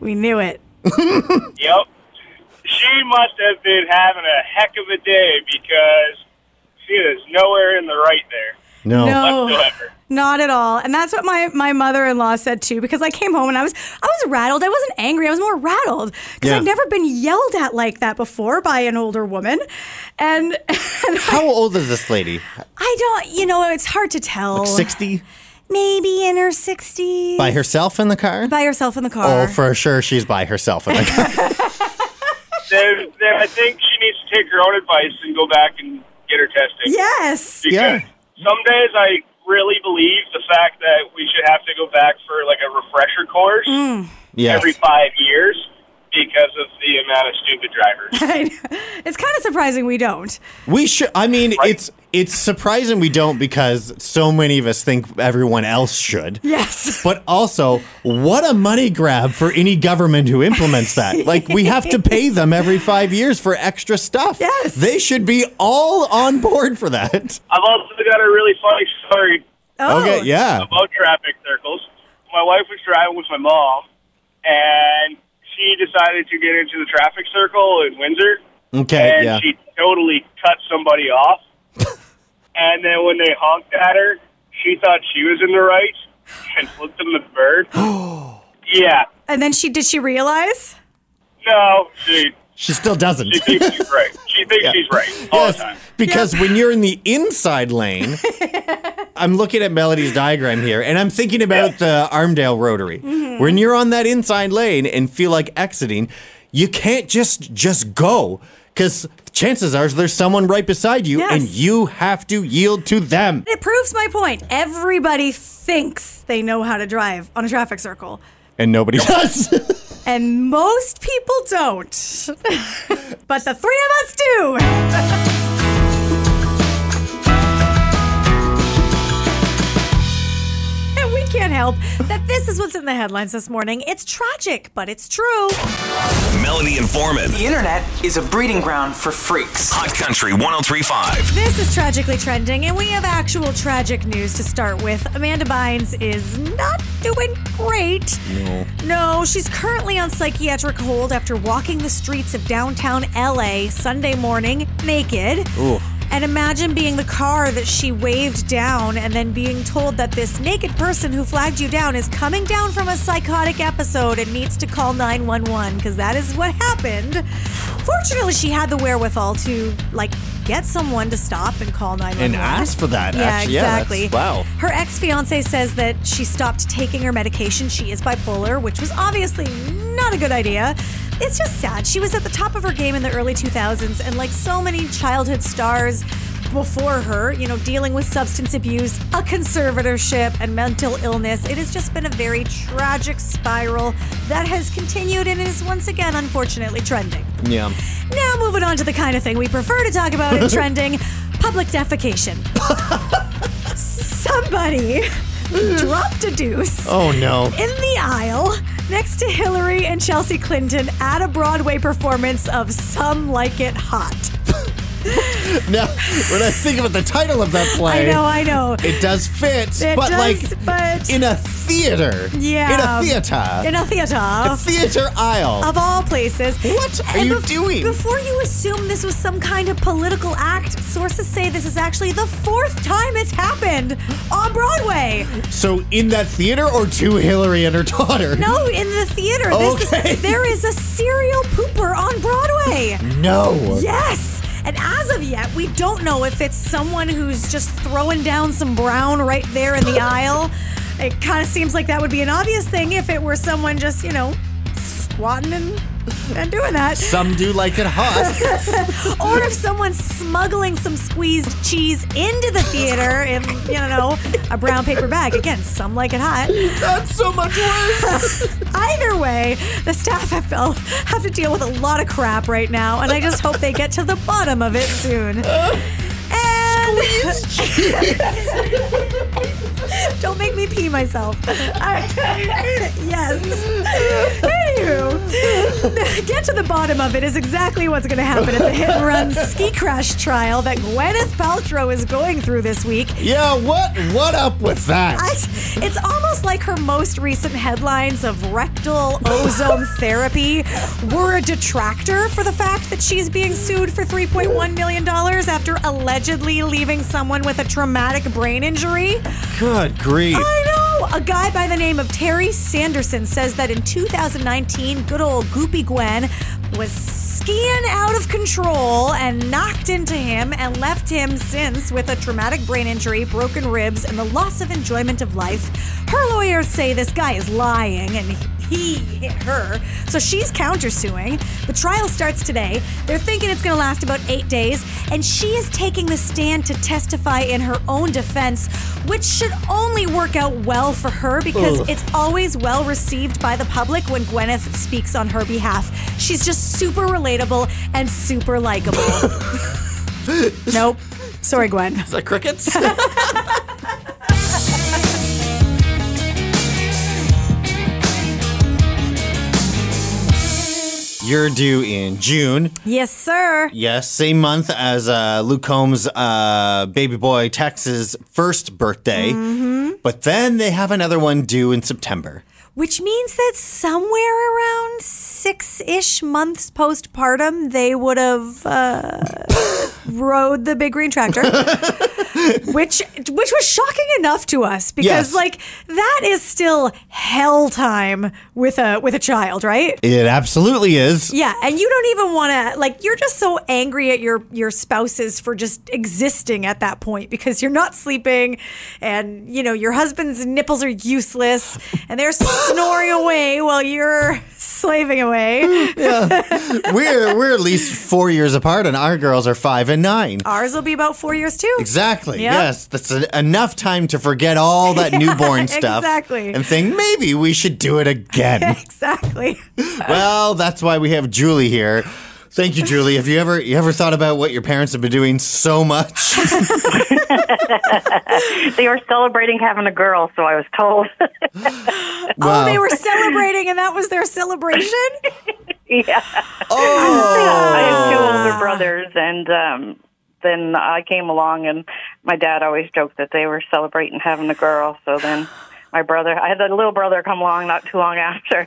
S3: We knew it.
S26: Yep. She must have been having a heck of a day because she is nowhere in the right there.
S1: *laughs* No.
S26: Whatsoever.
S3: Not at all. And that's what my, my mother-in-law said too, because I came home and I was I was rattled. I wasn't angry. I was more rattled. Because
S1: Yeah.
S3: I've never been yelled at like that before by an older woman. And *laughs*
S1: How old is this lady?
S3: I don't you know, it's hard to tell.
S1: Like 60?
S3: Maybe in her sixties. *laughs*
S1: By herself in the car?
S3: By herself in the car.
S1: Oh, for sure she's by herself in the car.
S26: Then, then I think she needs to take her own advice and go back and get her testing.
S3: Yes.
S26: Because some days I really believe the fact that we should have to go back for like a refresher course
S1: Yes.
S26: every five years because of the amount of stupid drivers.
S3: I know. it's kind of surprising we don't.
S1: We should. I mean, it's it's surprising we don't because so many of us think everyone else should.
S3: Yes.
S1: But also, what a money grab for any government who implements that. Like we have to pay them every five years for extra stuff. Yes. They should be all on board for that.
S26: I've also got a really funny story.
S1: Oh. Okay, yeah.
S26: About traffic circles. My wife was driving with my mom, and she decided to get into the traffic circle in Windsor.
S1: Okay,
S26: and
S1: yeah.
S26: she totally cut somebody off.
S1: *laughs*
S26: and then when they honked at her, she thought she was in the right and flipped them the
S1: *gasps*
S26: bird. yeah.
S3: And then she did she realize?
S26: No, she
S1: She still doesn't.
S26: she thinks she's right. She thinks she's right all the time.
S1: Because when you're in the inside
S3: *laughs*
S1: lane, I'm looking at Melody's diagram here and I'm thinking about the Armdale rotary.
S19: Mhm.
S3: Mm-hmm.
S1: When you're on that inside lane and feel like exiting, you can't just just go cuz chances are there's someone right beside you and
S3: Yes.
S1: you have to yield to them.
S3: It proves my point. Everybody thinks they know how to drive on a traffic circle.
S1: And nobody does.
S3: And most people don't. *laughs* but the three of us do. *laughs* and we can't help that this is what's in the headlines this morning. It's tragic, but it's true.
S7: Melody and Foreman. The internet is a breeding ground for freaks. Hot Country 1035.
S3: This is Tragically Trending, and we have actual tragic news to start with. Amanda Bynes is not doing great.
S19: No.
S3: No, she's currently on psychiatric hold after walking the streets of downtown LA Sunday morning naked.
S19: Ooh.
S3: And imagine being the car that she waved down and then being told that this naked person who flagged you down is coming down from a psychotic episode and needs to call 911 because that is what happened. Fortunately, she had the wherewithal to like get someone to stop and call 911
S1: And ask for that.
S3: Yeah,
S1: actually. Yeah, that's-
S3: exactly.
S1: wow.
S3: Her ex fiance says that she stopped taking her medication. She is bipolar, which was obviously not a good idea. It's just sad. She was at the top of her game in the early 2000s, and like so many childhood stars before her, you know, dealing with substance abuse, a conservatorship, and mental illness, it has just been a very tragic spiral that has continued and is once again, unfortunately, trending.
S1: Yeah.
S3: Now, moving on to the kind of thing we prefer to talk about
S1: *laughs*
S3: in trending public defecation. Somebody dropped a deuce.
S1: Oh, no.
S3: In the aisle next to Hillary and Chelsea Clinton at a Broadway performance of Some Like It Hot.
S1: *laughs* Now, when I think about the title of that play,
S3: I know, I know.
S1: It does fit,
S3: It
S1: but
S3: does,
S1: like
S3: but-
S1: in a theater,
S3: Yeah.
S1: in a theater,
S3: In a theater.
S1: A theater aisle.
S3: Of all places.
S1: What are you doing?
S3: Before you assume this was some kind of political act, sources say this is actually the fourth time it's happened on Broadway.
S1: So in that theater, or to Hillary and her daughter?
S3: No, in the theater. This
S1: Okay. *laughs*
S3: is, there is a serial pooper on Broadway.
S1: No.
S3: Yes. And as of yet, we don't know if it's someone who's just throwing down some brown right there
S1: *laughs*
S3: in the aisle. It kind of seems like that would be an obvious thing if it were someone just, you know, squatting and, and doing that.
S1: Some do like it hot.
S3: *laughs* or if someone's smuggling some squeezed cheese into the theater in, you know, a brown paper bag. Again, some like it hot.
S1: That's so much worse.
S3: *laughs* Either way, the staff have, felt- have to deal with a lot of crap right now, and I just hope they get to the bottom of it soon.
S1: *laughs*
S3: And don't make me pee myself. I- yes. Anywho, get to the bottom of it is exactly what's going to happen at the hit and run ski crash trial that Gwyneth Paltrow is going through this week.
S1: yeah. What? What up with that?
S3: I, it's almost like her most recent headlines of
S1: *laughs*
S3: rectal ozone therapy were a detractor for the fact that she's being sued for $3.1 million after allegedly leaving someone with a traumatic brain injury.
S1: Good grief.
S3: I know. A guy by the name of Terry Sanderson says that in 2019, good old Goopy Gwen was skiing out of control and knocked into him and left him since with a traumatic brain injury, broken ribs, and the loss of enjoyment of life. Her lawyers say this guy is lying and he hit her, so she's countersuing. The trial starts today. They're thinking it's going to last about eight days, and she is taking the stand to testify in her own defense, which should only work out well for her because
S19: Ugh.
S3: it's always well received by the public when Gwyneth speaks on her behalf. She's just super relatable and super likable. nope. Sorry, Gwen. Is
S1: that crickets? You're due in June.
S3: *laughs* yes, sir.
S1: Yes, same month as uh, Luke Combs' uh, baby boy Tex's first birthday.
S3: Mhm.
S1: Mm-hmm. But then they have another one due in September.
S3: which means that somewhere around six ish months postpartum, they would have uh, rode the big green tractor, which which was shocking enough to us because
S1: Yes.
S3: like that is still hell time with a with a child, right?
S1: It absolutely is.
S3: Yeah, and you don't even want to like you're just so angry at your your spouses for just existing at that point because you're not sleeping and you know your husband's nipples are useless and they're
S1: *laughs*
S3: snoring away while you're slaving away.
S1: we're we're at least four years apart, and our girls are five and nine.
S3: *laughs* Ours will be about 4 years too.
S1: Exactly.
S3: Oh. Yeah.
S1: Yes, that's en- enough time to forget all that
S3: Yeah, *laughs*
S1: newborn stuff.
S3: exactly.
S1: And think maybe we should do it again.
S3: *laughs* Exactly.
S1: *laughs* well, that's why we have Julie here. Thank you, Julie. Have you ever you ever thought about what your parents have been doing so much?
S10: *laughs* they were celebrating having a girl, so I was
S3: *gasps*
S10: told. *laughs*
S3: Oh,
S1: *laughs*
S3: they were celebrating and that was their celebration?
S10: yeah.
S3: Oh.
S10: I have two older brothers, and um, then I came along, and my dad always joked that they were celebrating having a girl. So then my brother, I had a little brother come along not too long
S3: *laughs*
S10: after.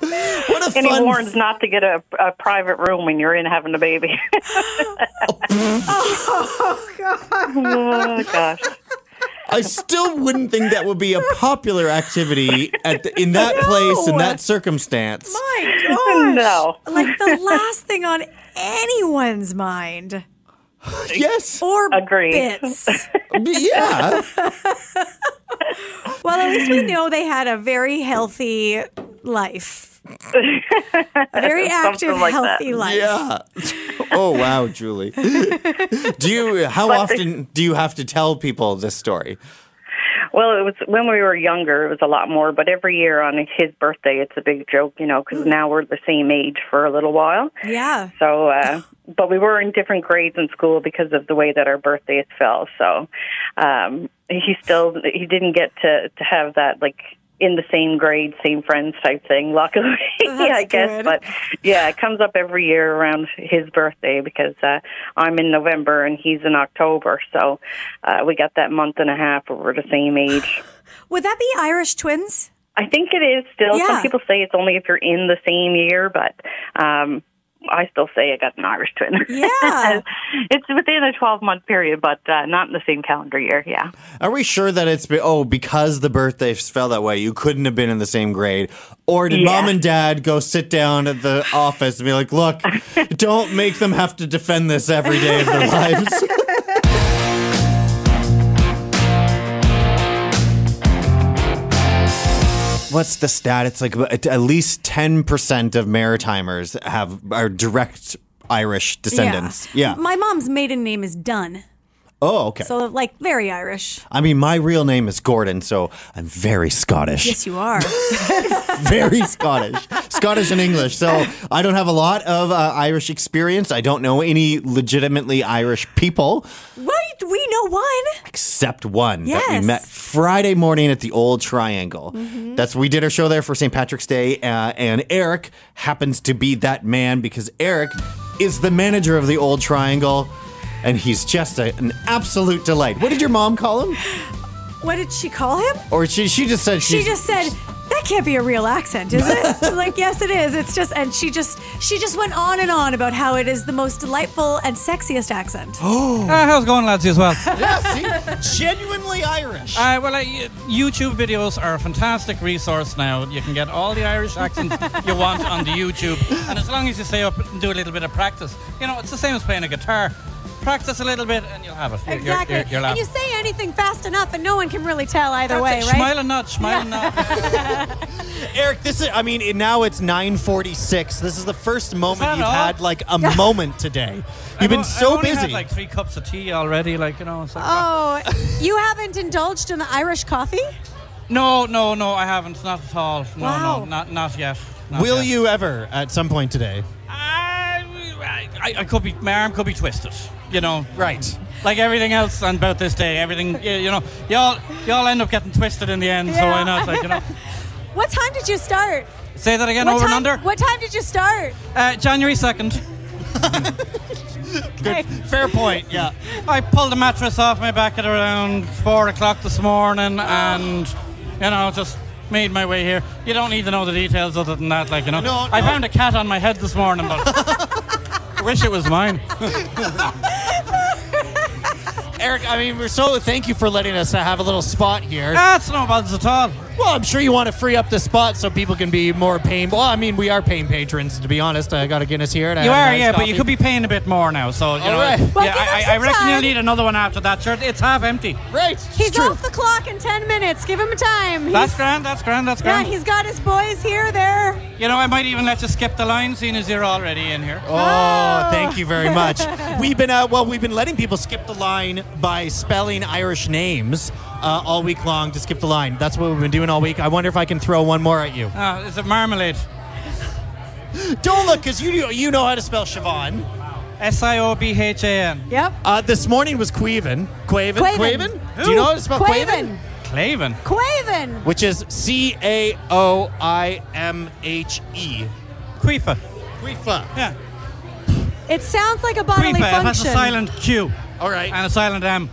S1: what
S10: and he warns not to get a, a private room when you're in having a
S3: *laughs*
S10: baby.
S3: oh god.
S10: oh gosh.
S1: I still wouldn't think that would be a popular activity at the, in that place in that circumstance.
S3: My gosh.
S10: No.
S3: Like
S10: *laughs*
S3: the last thing on anyone's mind.
S1: *laughs* Yes.
S3: Or
S10: Agreed.
S1: *laughs*
S3: bits.
S1: yeah.
S3: *laughs* Well, at least we know they had a very healthy
S10: *laughs*
S3: life. A very active,
S10: Something like that.
S3: healthy life.
S1: Yeah. Oh wow, Julie. do you how often do you have to tell people this story?
S10: Well, it was when we were younger. It was a lot more, but every year on his birthday, it's a big joke, you know, because now we're the same age for a little while.
S3: Yeah.
S10: So, uh, but we were in different grades in school because of the way that our birthdays fell. So, um, he still he didn't get to to have that like in the same grade, same friends type thing. Luckily, *laughs*
S3: Oh, That's
S10: I guess.
S3: good.
S10: But yeah, it comes up every year around his birthday because uh, I'm in November and he's in October. So, uh, we got that month and a half where we're the same age.
S3: Would that be Irish twins?
S10: I think it is still.
S3: Yeah.
S10: Some people say it's only if you're in the same year, but um, I still say I got an Irish twin. *laughs*
S3: Yeah,
S10: it's within a 12 month period, but uh, not in the same calendar year. Yeah.
S1: Are we sure that it's be- oh because the birthdays fell that way, you couldn't have been in the same grade, or did
S10: Yeah.
S1: mom and dad go sit down at the office and *laughs* be
S3: *gasps*
S1: like, look,
S27: Uh,
S1: don't make them have to defend this every day
S3: *laughs*
S1: of their lives. What's the stat? It's like at at least ten percent of Maritimers have are direct Irish descendants. Yeah.
S3: My mom's maiden name is Dunn.
S1: Oh, okay.
S3: So, like, very Irish.
S1: I mean, my real name is Gordon, so I'm very
S3: *laughs*
S1: Scottish.
S3: Yes, you
S1: *laughs*
S3: are.
S1: very Scottish, Scottish and English. So I don't have a lot of uh, Irish experience. I don't know any legitimately Irish people
S3: Wait, we know one.
S1: except one that
S3: Yes.
S1: we met Friday morning at the Old Triangle.
S3: Mhm.
S1: That's we did our show there for St. Patrick's Day, uh, and Eric happens to be that man because Eric is the manager of the Old Triangle. And he's just a, an absolute delight. What did your mom call him?
S3: What did she call him?
S1: Or she she just said
S3: She
S1: she's-
S3: just said, that can't be a real accent, is
S27: *laughs*
S3: it? like, yes, it is. It's just, and she just, she just went on and on about how it is the most delightful and sexiest accent.
S27: Uh, how's it going, lads? You as well. *laughs*
S3: *laughs*
S1: yeah, see? Genuinely Irish.
S27: Uh, well, I, YouTube videos are a fantastic resource now. You can get all the Irish accents you want on the YouTube, and as long as you stay up and do a little bit of practice, you know it's the same as playing a guitar. Practice a little bit, and you'll have it. You're- you're-
S3: Exactly.
S27: you're- you'll have
S3: and you
S27: it.
S3: say anything fast enough, and no one can really tell either way,
S27: That's it.
S3: right?
S27: Smile and nod, smile and nod.
S1: Eric, this is, I mean, it, now it's 946. This is the first moment
S27: that
S1: you've
S27: all?
S1: had like a moment today. You've been
S27: I've
S1: so
S27: only
S1: busy.
S27: Had, like three cups of tea already, like you know. It's like, *laughs*
S3: Oh, you haven't indulged in the Irish coffee?
S27: No, no, no, I haven't. Not at all. No,
S3: Wow.
S27: no, not not yet. Not
S1: Will
S27: yet.
S1: you ever at some point today?
S27: I, I could be my arm could be twisted, you know.
S1: Right.
S27: Like everything else on about this day, everything you, you know, y'all y'all end up getting twisted in the end. So
S3: Yeah.
S27: why not? Like you know.
S3: *laughs* What time did you start?
S27: Say that again,
S3: what
S27: over
S3: time,
S27: and under.
S3: *laughs* What time did you start?
S27: Uh, January second. Good. Fair point. Yeah. I pulled a mattress off my back at around four o'clock this morning,
S3: Oh.
S27: and you know, just made my way here. You don't need to know the details other than that, like you know.
S19: No,
S27: I
S19: no.
S27: found a cat on my head this morning,
S3: *laughs*
S27: but wish it was mine.
S1: Eric, I mean, we're so thank you for letting us have a little spot here.
S27: That's no buds at all.
S1: Well, I'm sure you want to free up the spot so people can be more paying. Well, I mean, we are paying patrons, to be honest. I got a Guinness here. And I
S27: You
S1: had a
S27: are,
S1: nice
S27: yeah, but
S1: coffee.
S27: you could be paying a bit more now. So you
S1: All
S27: know,
S1: right.
S3: Well,
S27: yeah,
S3: give him
S27: I, I
S3: some
S27: reckon you'll
S3: time.
S27: need another one after that shirt. It's half empty.
S1: Right.
S3: He's off the clock in 10 minutes. Give him a time.
S27: That's
S3: He's-
S27: grand. That's grand. That's
S3: Yeah,
S27: grand.
S3: he's got his boys here, there.
S27: you know, I might even let you skip the line, seeing as you're already in here.
S1: Oh, thank you very
S3: *laughs*
S1: *laughs* much. We've been uh, well, we've been letting people skip the line by spelling Irish names uh, all week long to skip the line. That's what we've been doing all week. I wonder if I can throw one more at you.
S27: Ah, is it marmalade?
S1: Don't look, cause you you know how to spell Siobhan.
S27: S I O B H A N.
S3: Yep.
S1: Uh, this morning was Quaven. Quaven.
S27: Quaven.
S1: Do you know how to spell Quaven?
S27: Claven.
S3: Quaven.
S1: Which is C A O I M H E.
S27: Queefa.
S1: Queefa.
S27: Yeah.
S3: It sounds like a bodily
S27: Queefa. It has
S3: function.
S27: a silent Q.
S1: All right.
S27: And a silent M.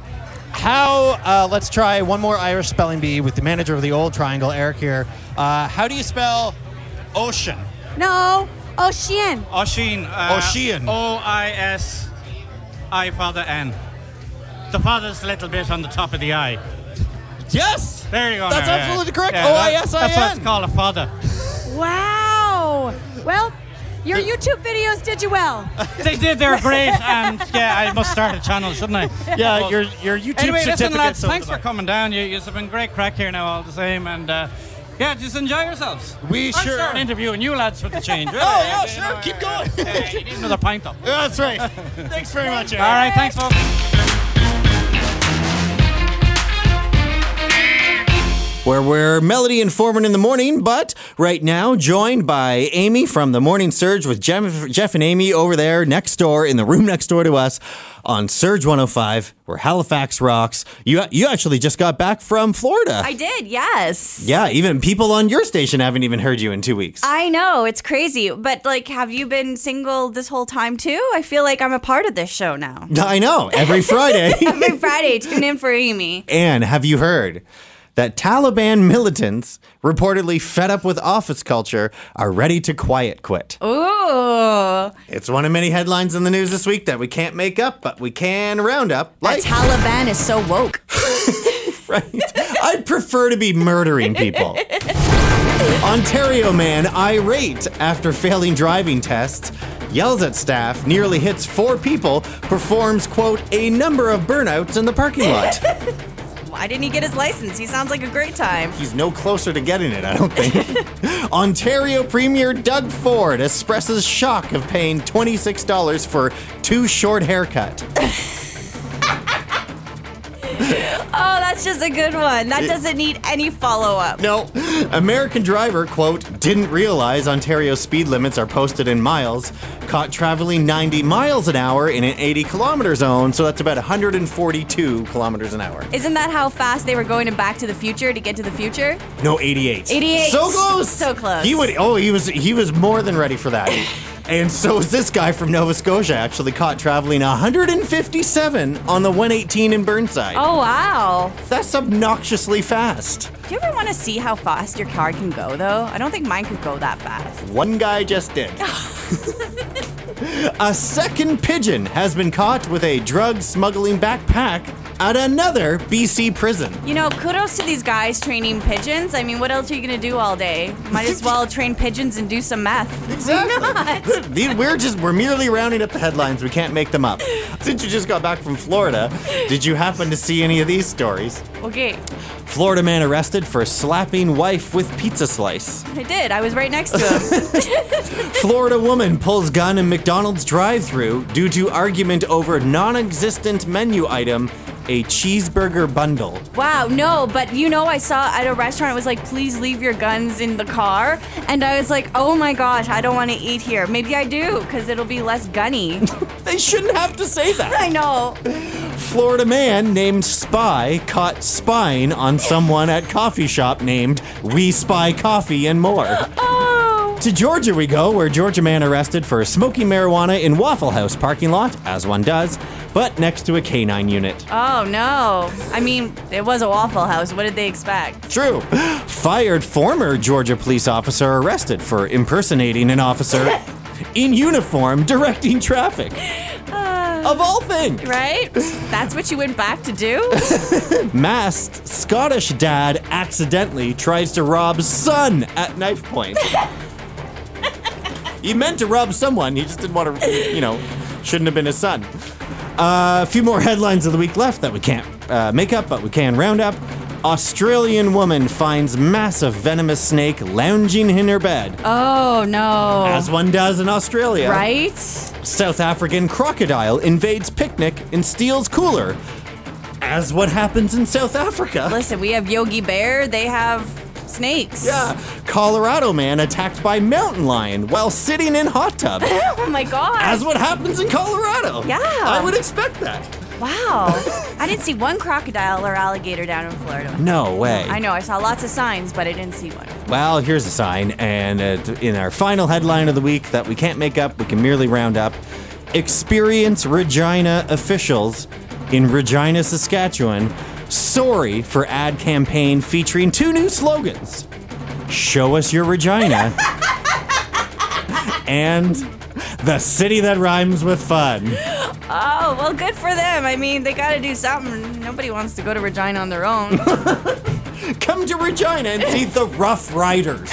S1: How? Uh, let's try one more Irish spelling bee with the manager of the Old Triangle, Eric here. Uh, how do you spell ocean?
S3: No. Ocean.
S27: Oshin. Uh,
S1: Oisín.
S27: O I S I father N. The father's a little bit on the top of the I.
S1: Yes.
S27: There you go.
S1: That's
S27: now, yeah.
S1: absolutely correct.
S27: Yeah, that-
S1: O-I-S-I-N.
S27: That's what's called a father.
S3: Wow. Well, your YouTube videos did you well.
S27: they did. They're great. And yeah, I must start a channel, shouldn't I?
S1: *laughs* Yeah,
S27: Well,
S1: your- your YouTube
S27: Anyway, listen,
S1: certificate's
S27: lads.
S1: over
S27: Thanks
S1: the
S27: for coming down. You, you've been great crack here now, all the same. And uh, yeah, just enjoy yourselves.
S1: We
S27: I'm
S1: sure-
S27: starting interviewing you lads for the change.
S1: *laughs* Oh,
S27: really.
S1: yeah,
S27: You
S1: sure.
S27: know,
S1: Keep going.
S27: yeah, you need another pint up. *laughs*
S1: That's right. *laughs* Thanks very much,
S27: All right.
S1: Eric.
S27: Thanks, folks.
S1: where we're Melody and Foreman in the morning, but right now joined by Amy from the Morning Surge with Jeff, Jeff and Amy over there next door in the room next door to us on Surge 105, where Halifax rocks. You you actually just got back from Florida.
S14: I did, yes.
S1: yeah, even people on your station haven't even heard you in two weeks.
S14: I know, it's crazy. But, like, have you been single this whole time, too? I feel like I'm a part of this show now.
S1: I know. Every Friday.
S14: Every
S1: *laughs*
S14: Friday, tune in for Amy.
S1: And have you heard that Taliban militants, reportedly fed up with office culture, are ready to quiet quit?
S14: Ooh.
S1: It's one of many headlines in the news this week that we can't make up, but we can
S14: *laughs*
S1: round up. Like,
S14: The Taliban is so woke.
S1: I'd prefer to be murdering people. Ontario man irate after failing driving tests, yells at staff, nearly hits four people, performs, quote, a number of burnouts in the parking lot.
S14: *laughs* Why didn't he get his license? He sounds like a great time.
S1: He's no closer to getting it, I don't think. Ontario Premier Doug Ford expresses shock of paying $26 for too short haircut.
S14: Oh, that's just a good one. That doesn't need any follow up.
S1: No. American driver, quote, didn't realize Ontario speed limits are posted in miles, caught traveling 90 miles an hour in an 80 kilometer zone, so that's about 142 kilometers an hour.
S14: Isn't that how fast they were going to Back to the Future to get to the future?
S1: No, 88.
S14: 88.
S1: So close.
S14: So close.
S1: He would. Oh, he was. He was more than ready for that.
S14: *laughs*
S1: and so is this guy from Nova Scotia, actually caught traveling 157 on the 118 in Burnside.
S14: Oh, wow.
S1: That's obnoxiously fast.
S14: Do you ever want to see how fast your car can go, though? I don't think mine could go that fast.
S1: One guy just did. a second pigeon has been caught with a drug smuggling backpack at another BC prison.
S14: You know, kudos to these guys training pigeons. I mean, what else are you going to do all day? Might as
S1: *laughs*
S14: well train pigeons and do some meth. Why not?
S1: These- We're just we're merely rounding up the headlines. We can't make them up. Since you just got back from Florida, did you happen to see any of these stories?
S14: Okay,
S1: Florida man arrested for slapping wife with pizza slice.
S14: I did. I was right next to him.
S1: *laughs* Florida woman pulls gun in McDonald's drive-through due to argument over non-existent menu item, a cheeseburger bundle.
S14: wow, no, but you know, I saw at a restaurant, it was like, please leave your guns in the car. And I was like, oh my gosh, I don't want to eat here. Maybe I do, because it'll be less gunny.
S1: *laughs* they shouldn't have to say that.
S14: *laughs* I know.
S1: Florida man named Spy caught spying on someone at coffee shop named We Spy Coffee and More.
S14: Oh,
S1: To Georgia we go, where Georgia man arrested for smoking marijuana in Waffle House parking lot, as one does, but next to a canine unit.
S14: Oh no! I mean, it was a Waffle House. What did they expect?
S1: True. Fired former Georgia police officer arrested for impersonating an officer in uniform directing traffic.
S14: of
S1: all
S14: *sighs*
S1: things,
S14: right? That's what you went back to do.
S1: *laughs* Masked Scottish dad accidentally tries to rob son at knife point. he meant to rob someone, he just didn't want to, you know, shouldn't have been his son. Uh, a few more headlines of the week left that we can't uh, make up, but we can round up. Australian woman finds massive venomous snake lounging in her bed.
S14: Oh no!
S1: As one does in Australia.
S14: Right?
S1: South African crocodile invades picnic and steals cooler. As what happens in South Africa.
S14: Listen, we have Yogi Bear. They have snakes.
S1: Yeah. Colorado man attacked by mountain lion while sitting in
S14: *laughs*
S1: hot tub.
S14: *laughs* oh my god!
S1: As what happens in Colorado.
S14: Yeah.
S1: I would expect that. *laughs*
S14: Wow. I didn't see one crocodile or alligator down in Florida.
S1: No way.
S14: I know. I saw lots of signs, but I didn't see one.
S1: Well, here's a sign. And uh, in our final headline of the week that we can't make up, we can merely round up. Experience Regina officials in Regina, Saskatchewan. Sorry for ad campaign featuring two new slogans Show us your Regina and the city that rhymes with fun.
S14: Oh, well, good for them. I mean, they got to do something. Nobody wants to go to Regina on their own.
S1: Come to Regina and see the Rough Riders.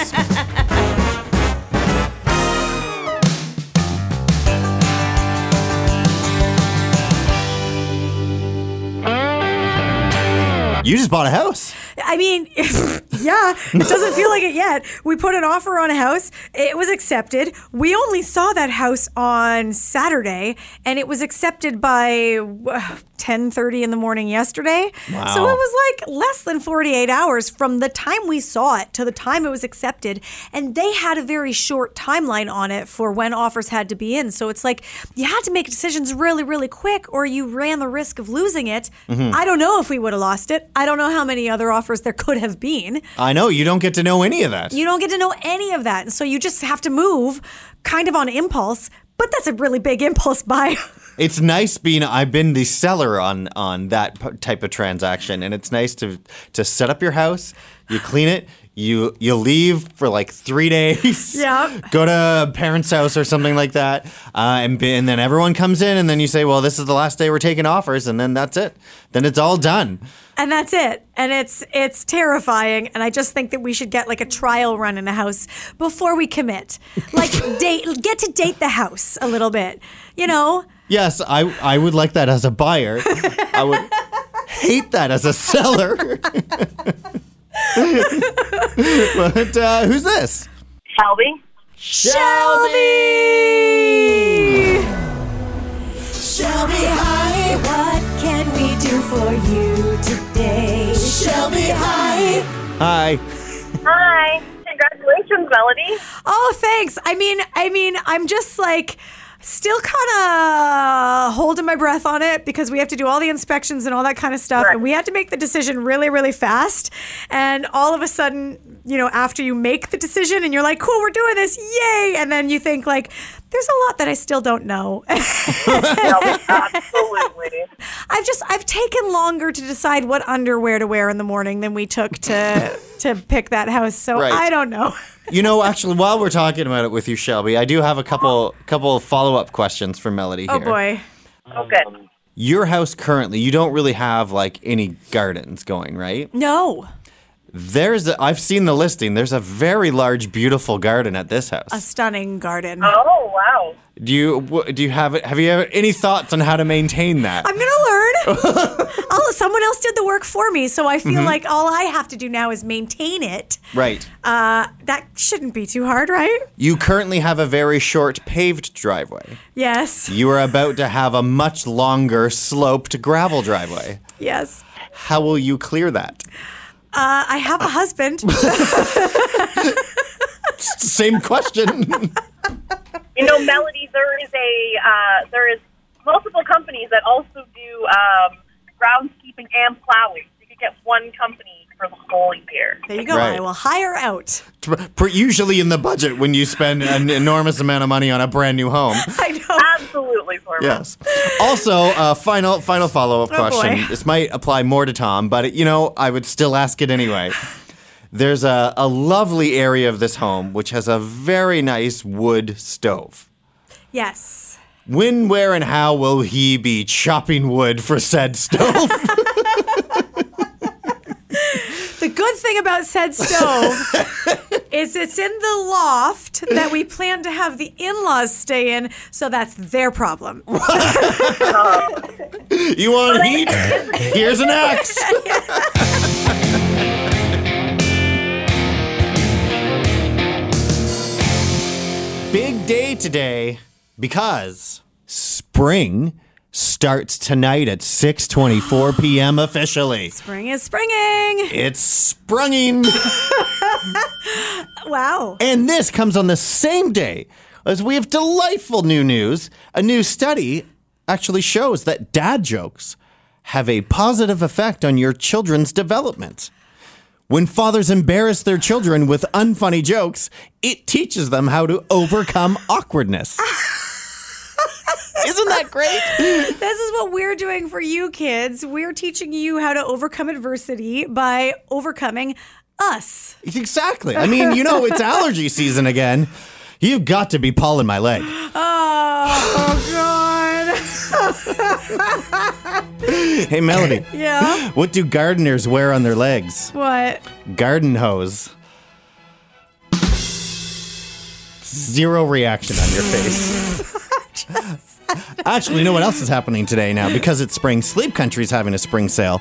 S1: You just bought a house.
S3: I mean, *laughs* yeah, it doesn't feel like it yet. We put an offer on a house, it was accepted. We only saw that house on Saturday, and it was accepted by. uh, 10:30 in the morning yesterday.
S19: Wow.
S3: So it was like less than 48 hours from the time we saw it to the time it was accepted and they had a very short timeline on it for when offers had to be in. So it's like you had to make decisions really really quick or you ran the risk of losing it.
S1: Mhm.
S3: I don't know if we would have lost it. I don't know how many other offers there could have been.
S1: I know you don't get to know any of that.
S3: You don't get to know any of that. And so you just have to move kind of on impulse, but that's a really big impulse buy. *laughs*
S1: It's nice being I've been the seller on on that p- type of transaction and it's nice to to set up your house, you clean it, you you leave for like 3 *laughs* days.
S3: yeah.
S1: Go to a parents' house or something like that, uh, and, be, and then everyone comes in, and then you say, "Well, this is the last day we're taking offers," and then that's it. Then it's all done.
S3: and that's it and it's it's terrifying and i just think that we should get like a trial run in the house before we commit like date get to date the house a little bit you know
S1: Yes, I I would like that as a buyer. I would hate that as a seller. *laughs* but uh, who's this?
S19: Shelby.
S3: Shelby.
S19: Shelby, hi. What can we do for you today? Shelby, hi.
S1: Hi.
S3: hi congratulations melody oh thanks i mean i mean i'm just like Still kind of holding my breath on it because we have to do all the inspections and all that kind of stuff. And we had to make the decision really, really fast. And all of a sudden, you know, after you make the decision and you're like, cool, we're doing this, yay. And then you think, like, there's a lot that I still don't know. *laughs* I've just I've taken longer to decide what underwear to wear in the morning than we took *laughs* to to pick that house. So
S1: Right.
S3: I don't know.
S1: You know, actually, while we're talking about it with you, Shelby, I do have a couple couple follow up questions for Melody here.
S3: Oh boy. Oh good.
S1: Your house currently, you don't really have like any gardens going, right?
S3: No.
S1: There's a, I've seen the listing. There's a very large, beautiful garden at this house.
S3: A stunning garden. Oh wow.
S1: Do you wh- do you have have you ever, any thoughts on how to maintain that?
S3: I'm gonna learn. oh, someone else did the work for me, so I feel
S1: Mhm.
S3: like all I have to do now is maintain it.
S1: right.
S3: Uh, that shouldn't be too hard, right?
S1: You currently have a very short paved driveway.
S3: Yes.
S1: You are about to have a much longer sloped gravel driveway.
S3: Yes.
S1: How will you clear that?
S3: Uh, I have a husband.
S1: Same question. *laughs*
S11: you know, Melody, there is a uh, there is multiple companies that also do um, groundskeeping and plowing. You could get one company for the schooling year.
S3: There you go.
S1: Right.
S3: I will hire out.
S1: T- pr- Usually in the budget when you spend an enormous amount of money on a brand new home.
S3: I know.
S11: Absolutely, Norman.
S1: Yes. Also, uh, final final follow up
S11: Oh,
S1: question.
S11: boy.
S1: This might apply more to Tom, but you know, I would still ask it anyway. There's a, a lovely area of this home which has a very nice wood stove.
S3: Yes.
S1: When, where, and how will he be chopping wood for said stove?
S3: The good thing about said stove is it's in the loft that we plan to have the in laws stay in, so that's their problem.
S1: *laughs* you want heat? Here's an axe. Big day today because spring starts tonight at 6:24 p.m. officially.
S3: Spring is springing.
S1: It's sprunging.
S3: *laughs* Wow.
S1: And this comes on the same day as we have delightful new news. A new study actually shows that dad jokes have a positive effect on your children's development. When fathers embarrass their children with unfunny jokes, it teaches them how to overcome awkwardness. Isn't that great?
S3: *laughs* this is what we're doing for you kids. We're teaching you how to overcome adversity by overcoming us.
S1: Exactly. I mean, you know,
S3: *laughs*
S1: it's allergy season again. You've got to be pawing my leg.
S3: Oh, God.
S1: *laughs* Hey, Melody.
S3: Yeah?
S1: What do gardeners wear on their legs?
S3: what?
S1: garden hose. Zero reaction on your face.
S3: *laughs*
S1: Actually, you know what else is happening today now? Because it's spring, Sleep Country's having a spring sale.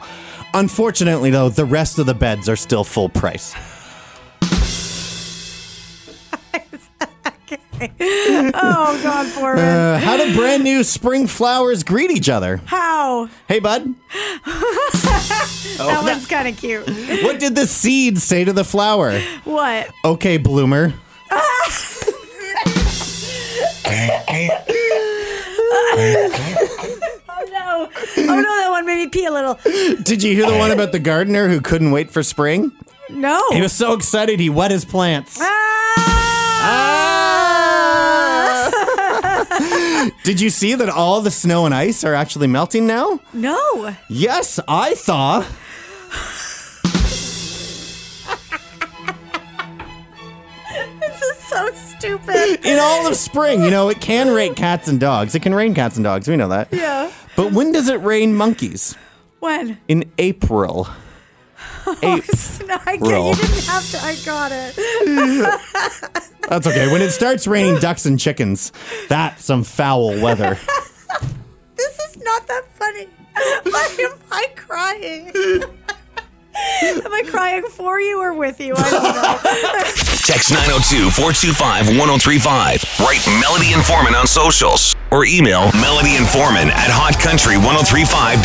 S1: Unfortunately, though, the rest of the beds are still full price.
S3: oh, God, Foreman.
S1: Uh, how do brand new spring flowers greet each other?
S3: How?
S1: Hey, bud,
S3: that one's kind of cute.
S1: Oh, what did the seed say to the flower?
S3: What?
S1: Okay, bloomer.
S3: *laughs* Oh no! Oh no! That one made me pee a little.
S1: Did you hear the one about the gardener who couldn't wait for spring?
S3: No.
S1: He was so excited he wet his plants. Ah! Did you see that all the snow and ice are actually melting now?
S3: No. *laughs*
S1: Yes, I thaw.
S3: This is so stupid.
S1: In all of spring, you know, it can rain cats and dogs. It can rain cats and dogs. We know that.
S3: Yeah.
S1: But when does it rain monkeys?
S3: When?
S1: In April.
S3: No, I get,
S1: Roll.
S3: you didn't have to. I got it. *laughs*
S1: That's okay. When it starts raining ducks and chickens, that's some foul weather.
S3: this is not that funny. Why am I crying? *laughs* am I crying for you or with you? I don't know.
S7: Text 902 425 1035. Write Melody and Foreman oh on socials or email Melody and Foreman at hotcountry1035.ca.